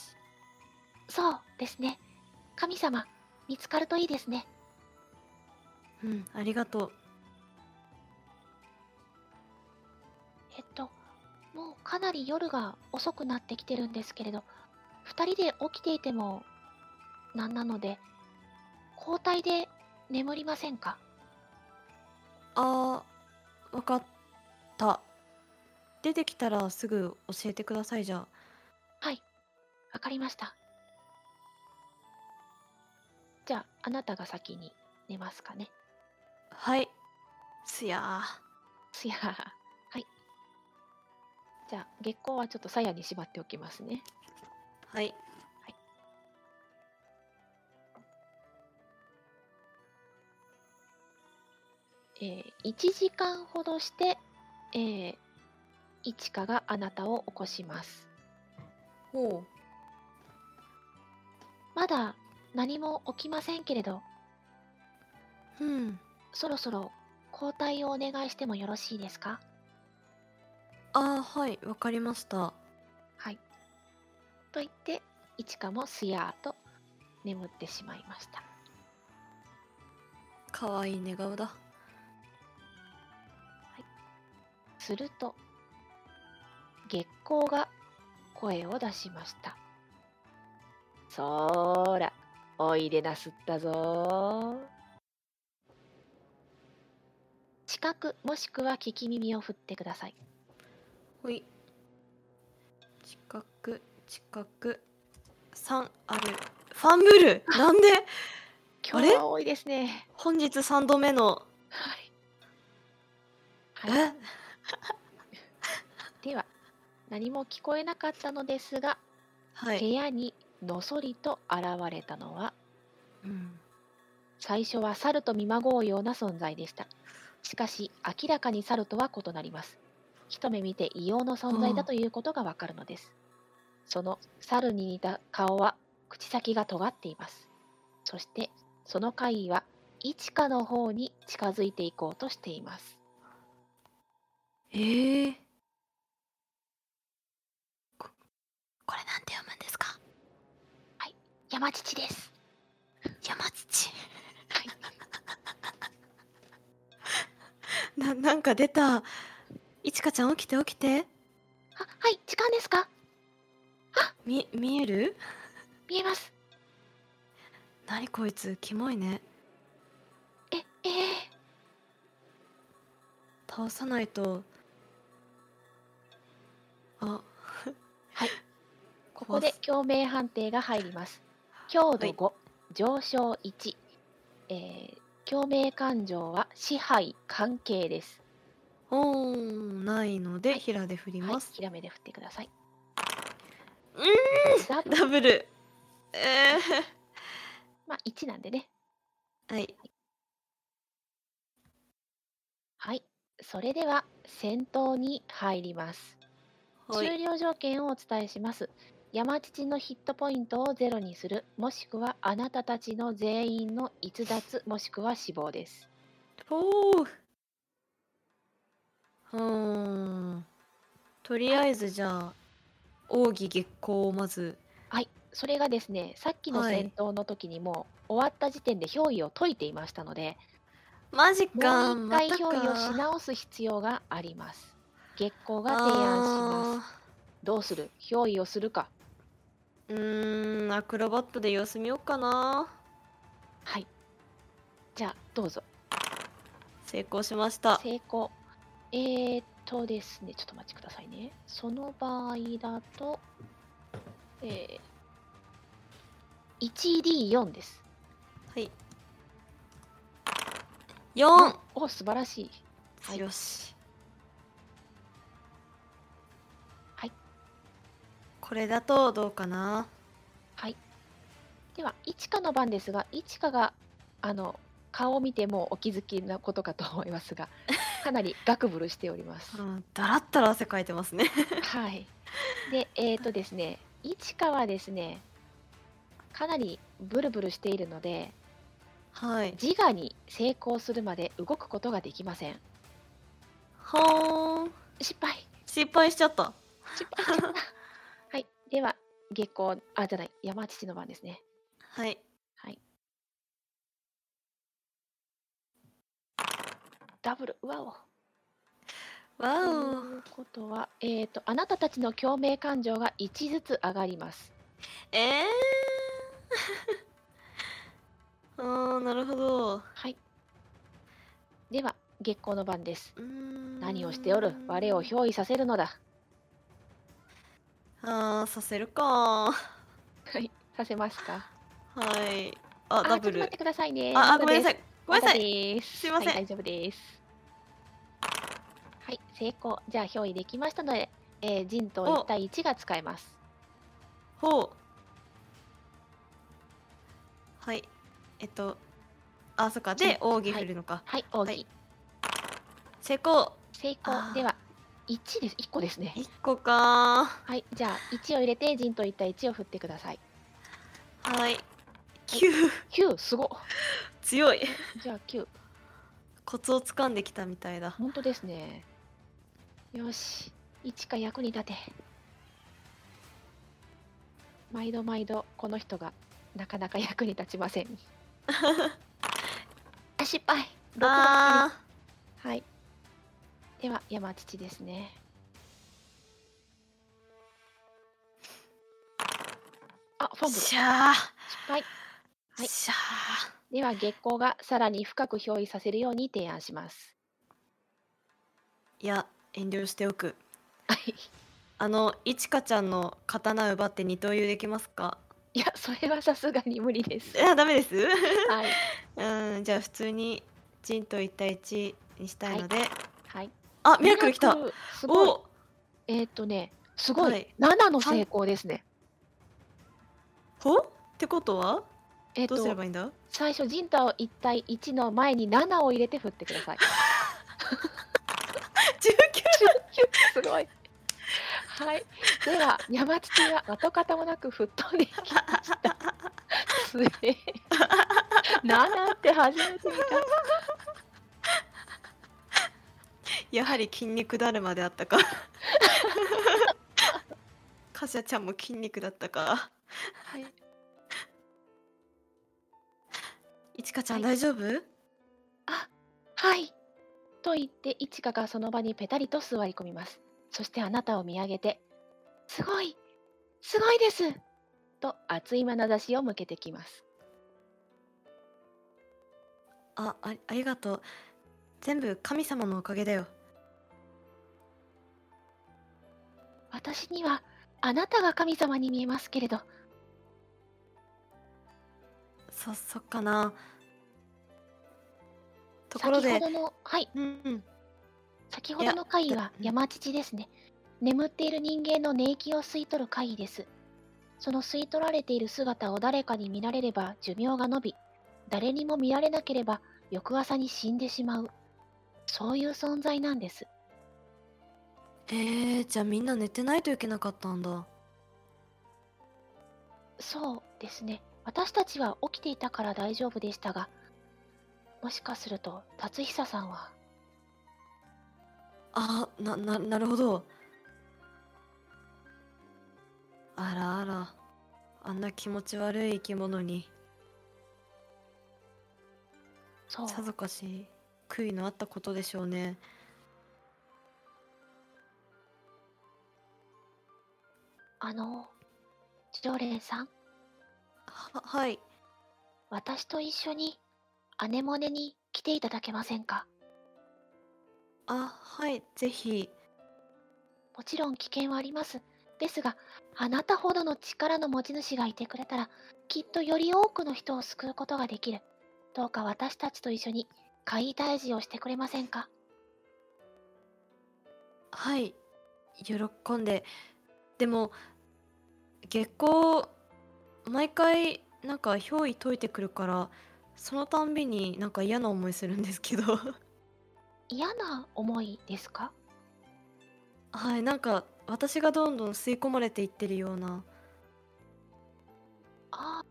[SPEAKER 1] そうですね神様見つかるといいですね
[SPEAKER 2] うんありがとう
[SPEAKER 1] えっと、もうかなり夜が遅くなってきてるんですけれど、二人で起きていてもなんなので、交代で眠りませんか
[SPEAKER 2] あーわかった出てきたらすぐ教えてくださいじゃあ
[SPEAKER 1] はい、わかりました。じゃああなたが先に寝ますかね
[SPEAKER 2] はいすや
[SPEAKER 1] いやーはいじゃあ月光はちょっと鞘に縛っておきますね
[SPEAKER 2] ーはい
[SPEAKER 1] えー、1時間ほどして、えー、一花があなたを起こします
[SPEAKER 2] ほう
[SPEAKER 1] まだ何も起きませんけれど
[SPEAKER 2] うん
[SPEAKER 1] そろそろ交代をお願いしてもよろしいですか
[SPEAKER 2] ああはいわかりました
[SPEAKER 1] はいと言って一花もすやーと眠ってしまいました
[SPEAKER 2] 可愛い寝顔だ
[SPEAKER 1] すると月光が声を出しました「そーらおいでなすったぞー」近くもしくは聞き耳を振ってください
[SPEAKER 2] ほい近く近く3あるファンブル (laughs) なんで
[SPEAKER 1] 今日は多いですね
[SPEAKER 2] 本日3度目の
[SPEAKER 1] はい、はい、
[SPEAKER 2] え
[SPEAKER 1] (laughs) では何も聞こえなかったのですが、
[SPEAKER 2] は
[SPEAKER 1] 部
[SPEAKER 2] い、
[SPEAKER 1] 屋にのそりと現れたのは
[SPEAKER 2] うん、
[SPEAKER 1] 最初は猿と見まごうような存在でした。しかし、明らかに猿とは異なります。一目見て異様の存在
[SPEAKER 2] ああ
[SPEAKER 1] だということがわかるのです。その猿に似た顔は口先が尖っています。そして、その怪異は、イチカの方に近づいていこうとしています。
[SPEAKER 2] えー、ここれなんて読むんですか
[SPEAKER 1] 山父です。
[SPEAKER 2] 山土
[SPEAKER 1] はい、
[SPEAKER 2] (laughs) ななんか出たいちかちゃん起きて起きて
[SPEAKER 1] あはい、時間ですか
[SPEAKER 2] み見える
[SPEAKER 1] 見えます。
[SPEAKER 2] 何こいつキモいね
[SPEAKER 1] え、ええ
[SPEAKER 2] 倒さないとあ (laughs)
[SPEAKER 1] ここで共鳴判定が入ります。強度5、上昇1、えー共鳴感情は支配関係です。
[SPEAKER 2] おーないので、
[SPEAKER 1] はい
[SPEAKER 2] ひらで振り
[SPEAKER 1] はい
[SPEAKER 2] ます、、
[SPEAKER 1] ひらめで振ってください。
[SPEAKER 2] うー
[SPEAKER 1] だ
[SPEAKER 2] んダブルえ
[SPEAKER 1] まあ1なんでね。
[SPEAKER 2] ー、はい
[SPEAKER 1] はい、それでは戦闘に入ります。
[SPEAKER 2] ほ
[SPEAKER 1] 終
[SPEAKER 2] い
[SPEAKER 1] 了条件をお伝えします。山父のヒットポイントをゼロにする、もしくはあなたたちの全員の逸脱、もしくは死亡です。
[SPEAKER 2] おーうーんとりあえずじゃあ奥義月光をまず
[SPEAKER 1] はい、それがですね、さっきの
[SPEAKER 2] はい
[SPEAKER 1] 戦闘の時にもう終わった時点で憑依を解いていましたので、
[SPEAKER 2] マジか
[SPEAKER 1] もう一回
[SPEAKER 2] また
[SPEAKER 1] 憑
[SPEAKER 2] か
[SPEAKER 1] 依をし直す必要があります。月光が提案します。
[SPEAKER 2] す
[SPEAKER 1] どうする憑依をするか。
[SPEAKER 2] うーんアクロバットで様子見ようかな
[SPEAKER 1] はい。じゃあ、どうぞ。
[SPEAKER 2] 成功しました
[SPEAKER 1] 成功。えー、っとですね、ちょっとお待ちくださいね。その場合だと、えー、1D4 です。
[SPEAKER 2] はい4
[SPEAKER 1] お、素晴らしい。はい
[SPEAKER 2] よし
[SPEAKER 1] はい
[SPEAKER 2] これだとどうかな
[SPEAKER 1] はい。では、いちかの番ですが、いちかが、あの、顔を見てもうお気づきなことかと思いますが、かなりガクブルしております
[SPEAKER 2] う。んだらったら汗かいてますね
[SPEAKER 1] はい。で、えっ、とですね、いちかはですね、かなりブルブルしているので、
[SPEAKER 2] (laughs) はい
[SPEAKER 1] 自我に成功するまで動くことができません。
[SPEAKER 2] ほーん
[SPEAKER 1] 失敗
[SPEAKER 2] 失敗しちゃった
[SPEAKER 1] 失敗しちゃったはい。 (laughs) では、月光、あ、じゃない、山父の番ですね。
[SPEAKER 2] はい
[SPEAKER 1] ダブル、うわお。
[SPEAKER 2] わ
[SPEAKER 1] と
[SPEAKER 2] お
[SPEAKER 1] いうことは、えー、とあなたたちの共鳴感情が1ずつ上がります。
[SPEAKER 2] えー (laughs) あーなるほどう
[SPEAKER 1] はい。では、月光の番です。
[SPEAKER 2] ーん
[SPEAKER 1] 何をしておる我を憑依させるのだ。
[SPEAKER 2] あーさせるか
[SPEAKER 1] はい。させますか
[SPEAKER 2] はいあ
[SPEAKER 1] あ
[SPEAKER 2] ダブ
[SPEAKER 1] ちょっと待
[SPEAKER 2] ル
[SPEAKER 1] ってくださいね。
[SPEAKER 2] ああごめんなさ
[SPEAKER 1] い。
[SPEAKER 2] いごめんなさい
[SPEAKER 1] い。
[SPEAKER 2] すいません
[SPEAKER 1] はい、大丈夫です。はい、成功。じゃあ、憑依できましたので、えー、人と
[SPEAKER 2] お
[SPEAKER 1] 1対1が使えます。
[SPEAKER 2] ほうはいえっとあそっかで奥義振るのか、
[SPEAKER 1] はい、奥義、
[SPEAKER 2] はい成功
[SPEAKER 1] 成
[SPEAKER 2] あ
[SPEAKER 1] 功。
[SPEAKER 2] ー
[SPEAKER 1] では、1です。1個ですね。
[SPEAKER 2] 一個か
[SPEAKER 1] はい、じゃあ、1を入れて、人と1対1を振ってください。
[SPEAKER 2] ーはい九
[SPEAKER 1] 9、すごっ。
[SPEAKER 2] 強い
[SPEAKER 1] じゃあ、9。
[SPEAKER 2] コツをつかんできたみたいだ
[SPEAKER 1] 本当ですね。よし、一か役に立て。毎度毎度、この人がなかなか役に立ちませ
[SPEAKER 2] (laughs)
[SPEAKER 1] ん。あ失敗。六ばっか
[SPEAKER 2] あ
[SPEAKER 1] りはい。では、山父ですね。あ、ファ
[SPEAKER 2] ー
[SPEAKER 1] ンブル。失
[SPEAKER 2] しゃ
[SPEAKER 1] 敗。
[SPEAKER 2] ー、
[SPEAKER 1] はい
[SPEAKER 2] しゃー
[SPEAKER 1] では、月光がさらに深く憑依させるように提案します。 (laughs)
[SPEAKER 2] いや遠慮しておく
[SPEAKER 1] はい。
[SPEAKER 2] あのいちかちゃんの刀奪って二刀流できますか
[SPEAKER 1] いや、それはさすがに無理です
[SPEAKER 2] (laughs) い。やダメです
[SPEAKER 1] (laughs) はい。
[SPEAKER 2] うんじゃあ普通に人と一対一にしたいので、
[SPEAKER 1] はい。
[SPEAKER 2] あミラクル来た
[SPEAKER 1] ミラクルすごい。
[SPEAKER 2] お
[SPEAKER 1] えーっとね、すご
[SPEAKER 2] はい
[SPEAKER 1] い。7の成功ですね。
[SPEAKER 2] ほってことは
[SPEAKER 1] えーっ
[SPEAKER 2] どうすれ
[SPEAKER 1] と
[SPEAKER 2] ばいいんだ
[SPEAKER 1] 最初人太を1対1の前に7を入れて振ってくだ
[SPEAKER 2] (laughs)
[SPEAKER 1] さい。
[SPEAKER 2] 19
[SPEAKER 1] すごい。はい。では山土が跡形もなく吹っ飛んできました。すげえ。7って初めて見
[SPEAKER 2] やはり筋肉だるまであったかカシャちゃんも筋肉だったか
[SPEAKER 1] た。はい。
[SPEAKER 2] いちかちゃん
[SPEAKER 1] は
[SPEAKER 2] 大丈夫、
[SPEAKER 1] あ、はい。と言って、いちかがその場にぺたりと座り込みます。そしてあなたを見上げて、すごいすごいですと熱い眼差しを向けてきます。
[SPEAKER 2] ああありがとう全部神様のおかげだよ
[SPEAKER 1] 私には、あなたが神様に見えますけれど、
[SPEAKER 2] そそっかなところで
[SPEAKER 1] 先ほどの、はい、
[SPEAKER 2] うんうん
[SPEAKER 1] 先ほどの怪異は
[SPEAKER 2] うん
[SPEAKER 1] 山乳ですね。眠っている人間の寝息を吸い取る怪異です。その吸い取られている姿を誰かに見られれば寿命が延び、誰にも見られなければ翌朝に死んでしまう。そういう存在なんです。
[SPEAKER 2] えー、じゃあみんな寝てないといけなかったんだ
[SPEAKER 1] そうですね。私たちは起きていたから大丈夫でしたが、もしかすると達久さんは、
[SPEAKER 2] あなななるほどあらあらあんな気持ち悪い生き物に
[SPEAKER 1] そう、
[SPEAKER 2] さぞかし悔いのあったことでしょうね
[SPEAKER 1] あの、常連さん、
[SPEAKER 2] ははい
[SPEAKER 1] 私と一緒にアネモネに来ていただけませんか
[SPEAKER 2] あはいぜひ
[SPEAKER 1] もちろん危険はあります。ですが、あなたほどの力の持ち主がいてくれたら、きっとより多くの人を救うことができる。どうか私たちと一緒に怪異退治をしてくれませんか
[SPEAKER 2] はい喜んででも月光毎回なんか憑依解いてくるからそのたんびになんか嫌な思いするんですけど (laughs)
[SPEAKER 1] 嫌な思いですか
[SPEAKER 2] はいなんか私がどんどん吸い込まれていってるような
[SPEAKER 1] ああ。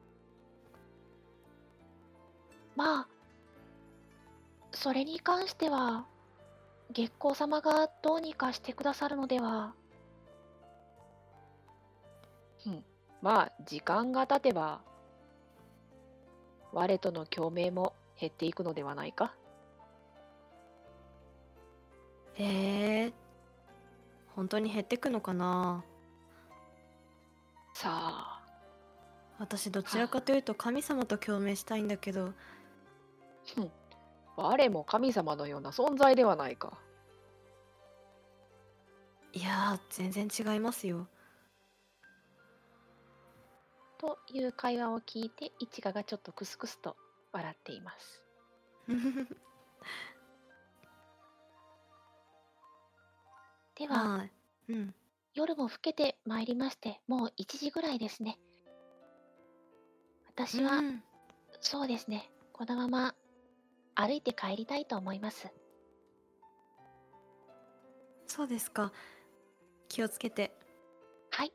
[SPEAKER 1] まあ、それに関しては、月光様がどうにかしてくださるのでは。まあ、時間が経てば、我との共鳴も減っていくのではないか。
[SPEAKER 2] えー、本当に減ってくのかな
[SPEAKER 1] さあ、
[SPEAKER 2] 私どちらかというと神様と共鳴したいんだけど
[SPEAKER 1] 我も神様のような存在ではないか。
[SPEAKER 2] (laughs) いやー全然違いますよ
[SPEAKER 1] という会話を聞いて、いちかがちょっとクスクスと笑っています。では、
[SPEAKER 2] はい。うん。
[SPEAKER 1] 夜も更けてまいりまして、もう1時ぐらいですね。私は、
[SPEAKER 2] うん
[SPEAKER 1] そうですね、このまま歩いて帰りたいと思います。
[SPEAKER 2] そうですか。気をつけて。
[SPEAKER 1] はい。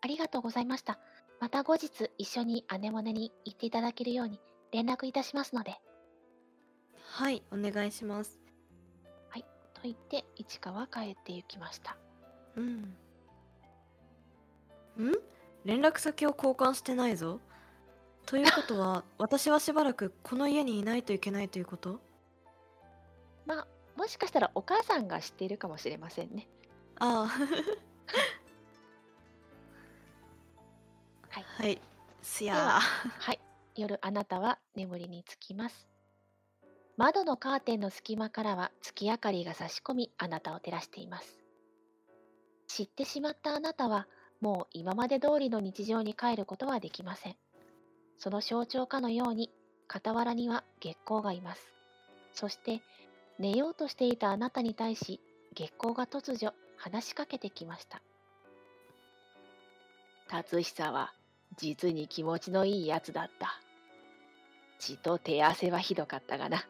[SPEAKER 1] ありがとうございました。また後日一緒にアネモネに行っていただけるように連絡いたしますので。
[SPEAKER 2] はい、お願いします。
[SPEAKER 1] と言って、いちかは帰って行きました。
[SPEAKER 2] うん。ん連絡先を交換してないぞ。ということは、私はしばらくこの家にいないといけないということ
[SPEAKER 1] まあ、もしかしたらお母さんが知っているかもしれませんね。
[SPEAKER 2] ああ。
[SPEAKER 1] はい
[SPEAKER 2] はい。すや
[SPEAKER 1] はい。夜あなたは眠りにつきます。窓のカーテンの隙間からは月明かりが差し込みあなたを照らしています。知ってしまったあなたはもう今まで通りの日常に帰ることはできません。その象徴かのように傍らには月光がいます。そして寝ようとしていたあなたに対し月光が突如話しかけてきました。達久は実に気持ちのいいやつだった。血と手汗はひどかったがな。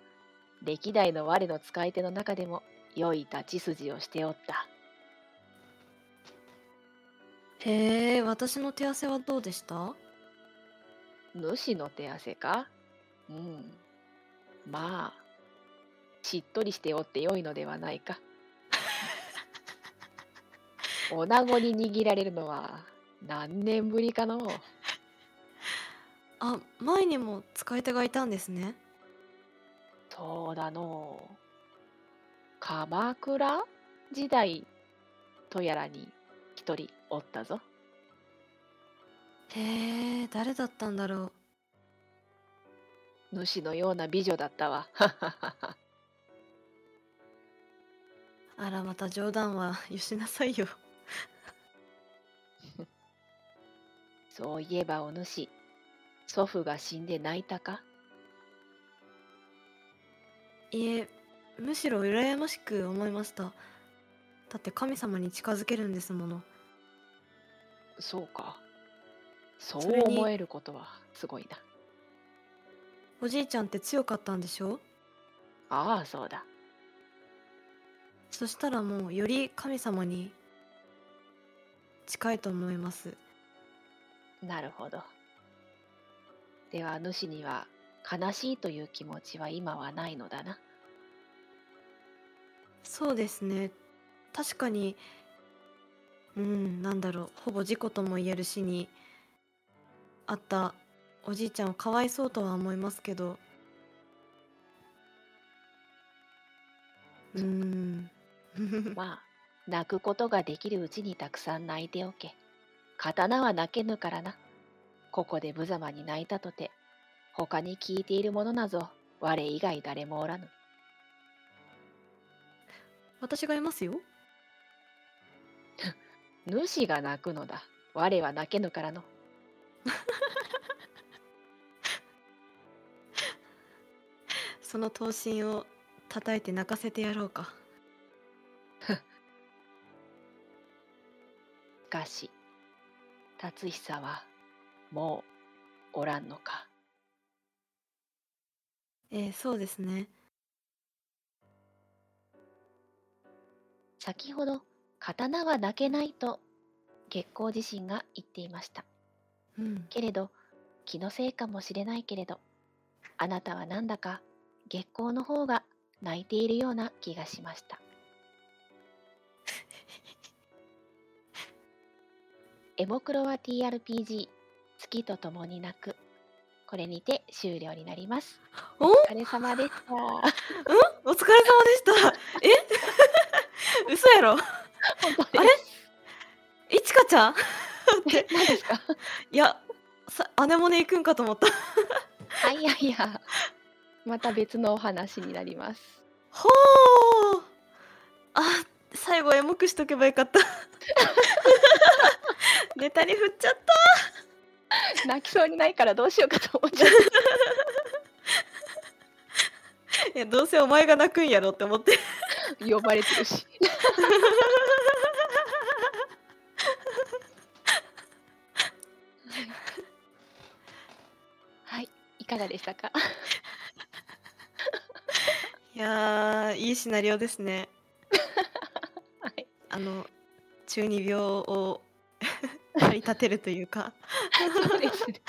[SPEAKER 1] 歴代の我の使い手の中でも良い立ち筋をしておった。
[SPEAKER 2] ー。へえ、私の手汗はどうでした
[SPEAKER 1] 主の手汗かうん。まあ、しっとりしておって良いのではないか。おなごに握られるのは何年ぶりかのう。
[SPEAKER 2] あ、前にも使い手がいたんですね。
[SPEAKER 1] そうだのう。鎌倉時代とやらに一人おったぞ。
[SPEAKER 2] へえ、誰だったんだろう。
[SPEAKER 1] 主のような美女だったわ。 (laughs)
[SPEAKER 2] あら、また冗談はよしなさいよ。
[SPEAKER 1] そういえばお主、祖父が死んで泣いたか
[SPEAKER 2] いえむしろ羨ましく思いましただって神様に近づけるんですもの
[SPEAKER 1] そうか。そ
[SPEAKER 2] それ
[SPEAKER 1] う
[SPEAKER 2] に
[SPEAKER 1] 思えることはすごいな。
[SPEAKER 2] おじいちゃんって強かったんでしょ
[SPEAKER 1] ああ、そうだ。
[SPEAKER 2] そしたらもうより神様に近いと思います
[SPEAKER 1] なるほど。では主には悲しいという気持ちは今はないのだな。
[SPEAKER 2] そうですね確かにうんなんだろうほぼ事故とも言える死にあったおじいちゃんをかわいそうとは思いますけどうーん
[SPEAKER 1] まあ、泣くことができるうちにたくさん泣いておけ。刀は泣けぬからな。ここで無様に泣いたとて、他に聞いているものなぞ、我以外誰もおらぬ。
[SPEAKER 2] (laughs) 私がいますよ
[SPEAKER 1] 主が泣くのだ。我は泣けぬからの。
[SPEAKER 2] その刀身を叩いて泣かせてやろうか
[SPEAKER 1] しかし、達久は、もう、おらんのか。
[SPEAKER 2] えー、そうですね
[SPEAKER 1] 先ほど、刀は泣けないと、月光自身が言っていました。
[SPEAKER 2] うん
[SPEAKER 1] けれど気のせいかもしれないけれどあなたはなんだか月光の方が泣いているような気がしましたエモクロは TRPG 月と共に泣くこれにて終了になります
[SPEAKER 2] お
[SPEAKER 1] お疲れ様でした
[SPEAKER 2] お疲れ様でしたえ (laughs) 嘘やろ
[SPEAKER 1] あれ
[SPEAKER 2] いちかちゃん
[SPEAKER 1] 何ですか
[SPEAKER 2] いやさ姉もね行くんかと思った
[SPEAKER 1] あいやいやまた別のお話になります
[SPEAKER 2] ほーあ最後エモくし
[SPEAKER 1] (laughs)
[SPEAKER 2] とけばよかったネタに振っちゃった
[SPEAKER 1] 泣きそうにないからどうしようかと思っちゃっ
[SPEAKER 2] いやどうせお前が泣くんやろって思って
[SPEAKER 1] た呼ばれてるしはいいかがでしたか
[SPEAKER 2] いやーいいシナリオですね
[SPEAKER 1] はい
[SPEAKER 2] あの中二病を (laughs) 駆り立てるというか
[SPEAKER 1] そうですねね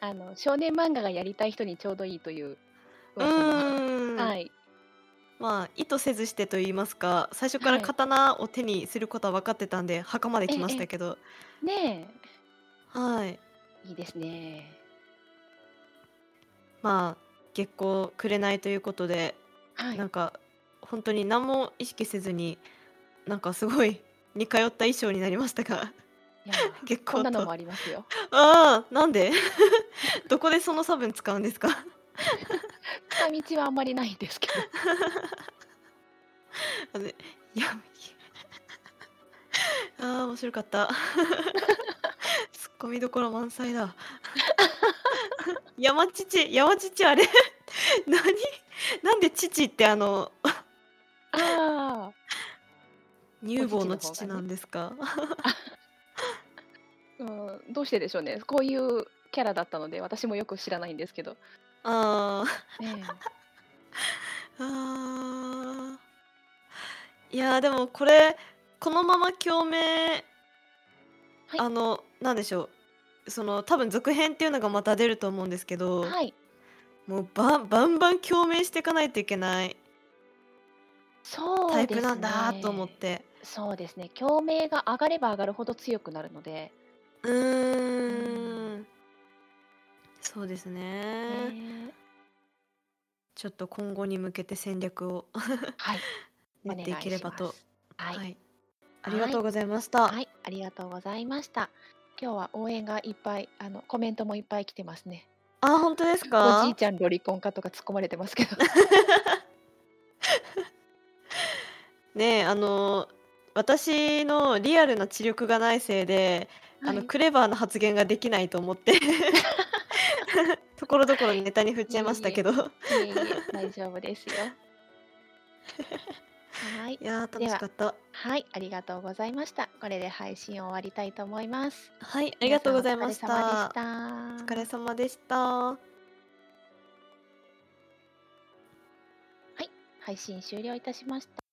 [SPEAKER 1] あの少年漫画がやりたい人にちょうどいいという
[SPEAKER 2] う
[SPEAKER 1] (laughs) 噂の
[SPEAKER 2] ーん、
[SPEAKER 1] はい
[SPEAKER 2] まあ意図せずしてと言いますか最初から
[SPEAKER 1] はい
[SPEAKER 2] 刀を手にすることは分かってたんで墓まで来ましたけど、
[SPEAKER 1] ね
[SPEAKER 2] はい
[SPEAKER 1] えいいですね
[SPEAKER 2] まあ月光くれないということで、
[SPEAKER 1] はい
[SPEAKER 2] なんか本当に何も意識せずになんかすごい似通った衣装になりまし
[SPEAKER 1] (laughs)
[SPEAKER 2] たが
[SPEAKER 1] いや
[SPEAKER 2] 月
[SPEAKER 1] こんな
[SPEAKER 2] 光
[SPEAKER 1] の
[SPEAKER 2] と
[SPEAKER 1] も
[SPEAKER 2] あ
[SPEAKER 1] ありますよ
[SPEAKER 2] あーなんで (laughs) どこでその差分使うんですか (laughs)
[SPEAKER 1] 使い道はあんまりないんですけど
[SPEAKER 2] あのいや (laughs) あー面白かった (laughs) ツッコミどころ満載だ (laughs) 山父山父あれ (laughs) 何なんで父ってあの
[SPEAKER 1] あ
[SPEAKER 2] 乳房の
[SPEAKER 1] お乳の方が
[SPEAKER 2] 父
[SPEAKER 1] ね
[SPEAKER 2] なんですか、 (laughs)
[SPEAKER 1] あ、うん、どうしてでしょうね。こういうキャラだったので、私もよく知らないんですけど。
[SPEAKER 2] あー
[SPEAKER 1] ええ
[SPEAKER 2] あーいやーでもこれこのまま共鳴、
[SPEAKER 1] はい
[SPEAKER 2] あのなんでしょうその多分続編っていうのがまた出ると思うんですけど、
[SPEAKER 1] はい、
[SPEAKER 2] もうバンバンバン共鳴していかないといけない
[SPEAKER 1] そう
[SPEAKER 2] タイ
[SPEAKER 1] ですね。
[SPEAKER 2] プなんだと思っ。て
[SPEAKER 1] そうですね。共鳴が上がれば上がるほど強くなるので。
[SPEAKER 2] うーんそうです
[SPEAKER 1] え
[SPEAKER 2] ね、ちょっと今後に向けて戦略を (laughs)
[SPEAKER 1] はい、お願い
[SPEAKER 2] 練っていければ
[SPEAKER 1] しま
[SPEAKER 2] と
[SPEAKER 1] す。はい、
[SPEAKER 2] は
[SPEAKER 1] はい、
[SPEAKER 2] い、ありがとうございました、
[SPEAKER 1] ありがとうございました。今日は応援がいっぱい、あのコメントもいっぱい来てますね。
[SPEAKER 2] あ本当ですか
[SPEAKER 1] おじいちゃんロリコンかとか突っ込まれてますけど。
[SPEAKER 2] ねえあの私のリアルな知力がないせいで、 (laughs) あの
[SPEAKER 1] はい
[SPEAKER 2] クレバーな発言ができないと思ってところどころにネタに振っちゃいましたけどい
[SPEAKER 1] いえいえ、大丈夫
[SPEAKER 2] (laughs)
[SPEAKER 1] ですよ。はい。
[SPEAKER 2] やー楽しかった
[SPEAKER 1] はい、ありがとうございました。これで配信を終わりたいと思います。
[SPEAKER 2] はいありがとうございました
[SPEAKER 1] 皆さ
[SPEAKER 2] お
[SPEAKER 1] んお疲れ様でした。
[SPEAKER 2] 疲れ様でした
[SPEAKER 1] 配信終了いたしました。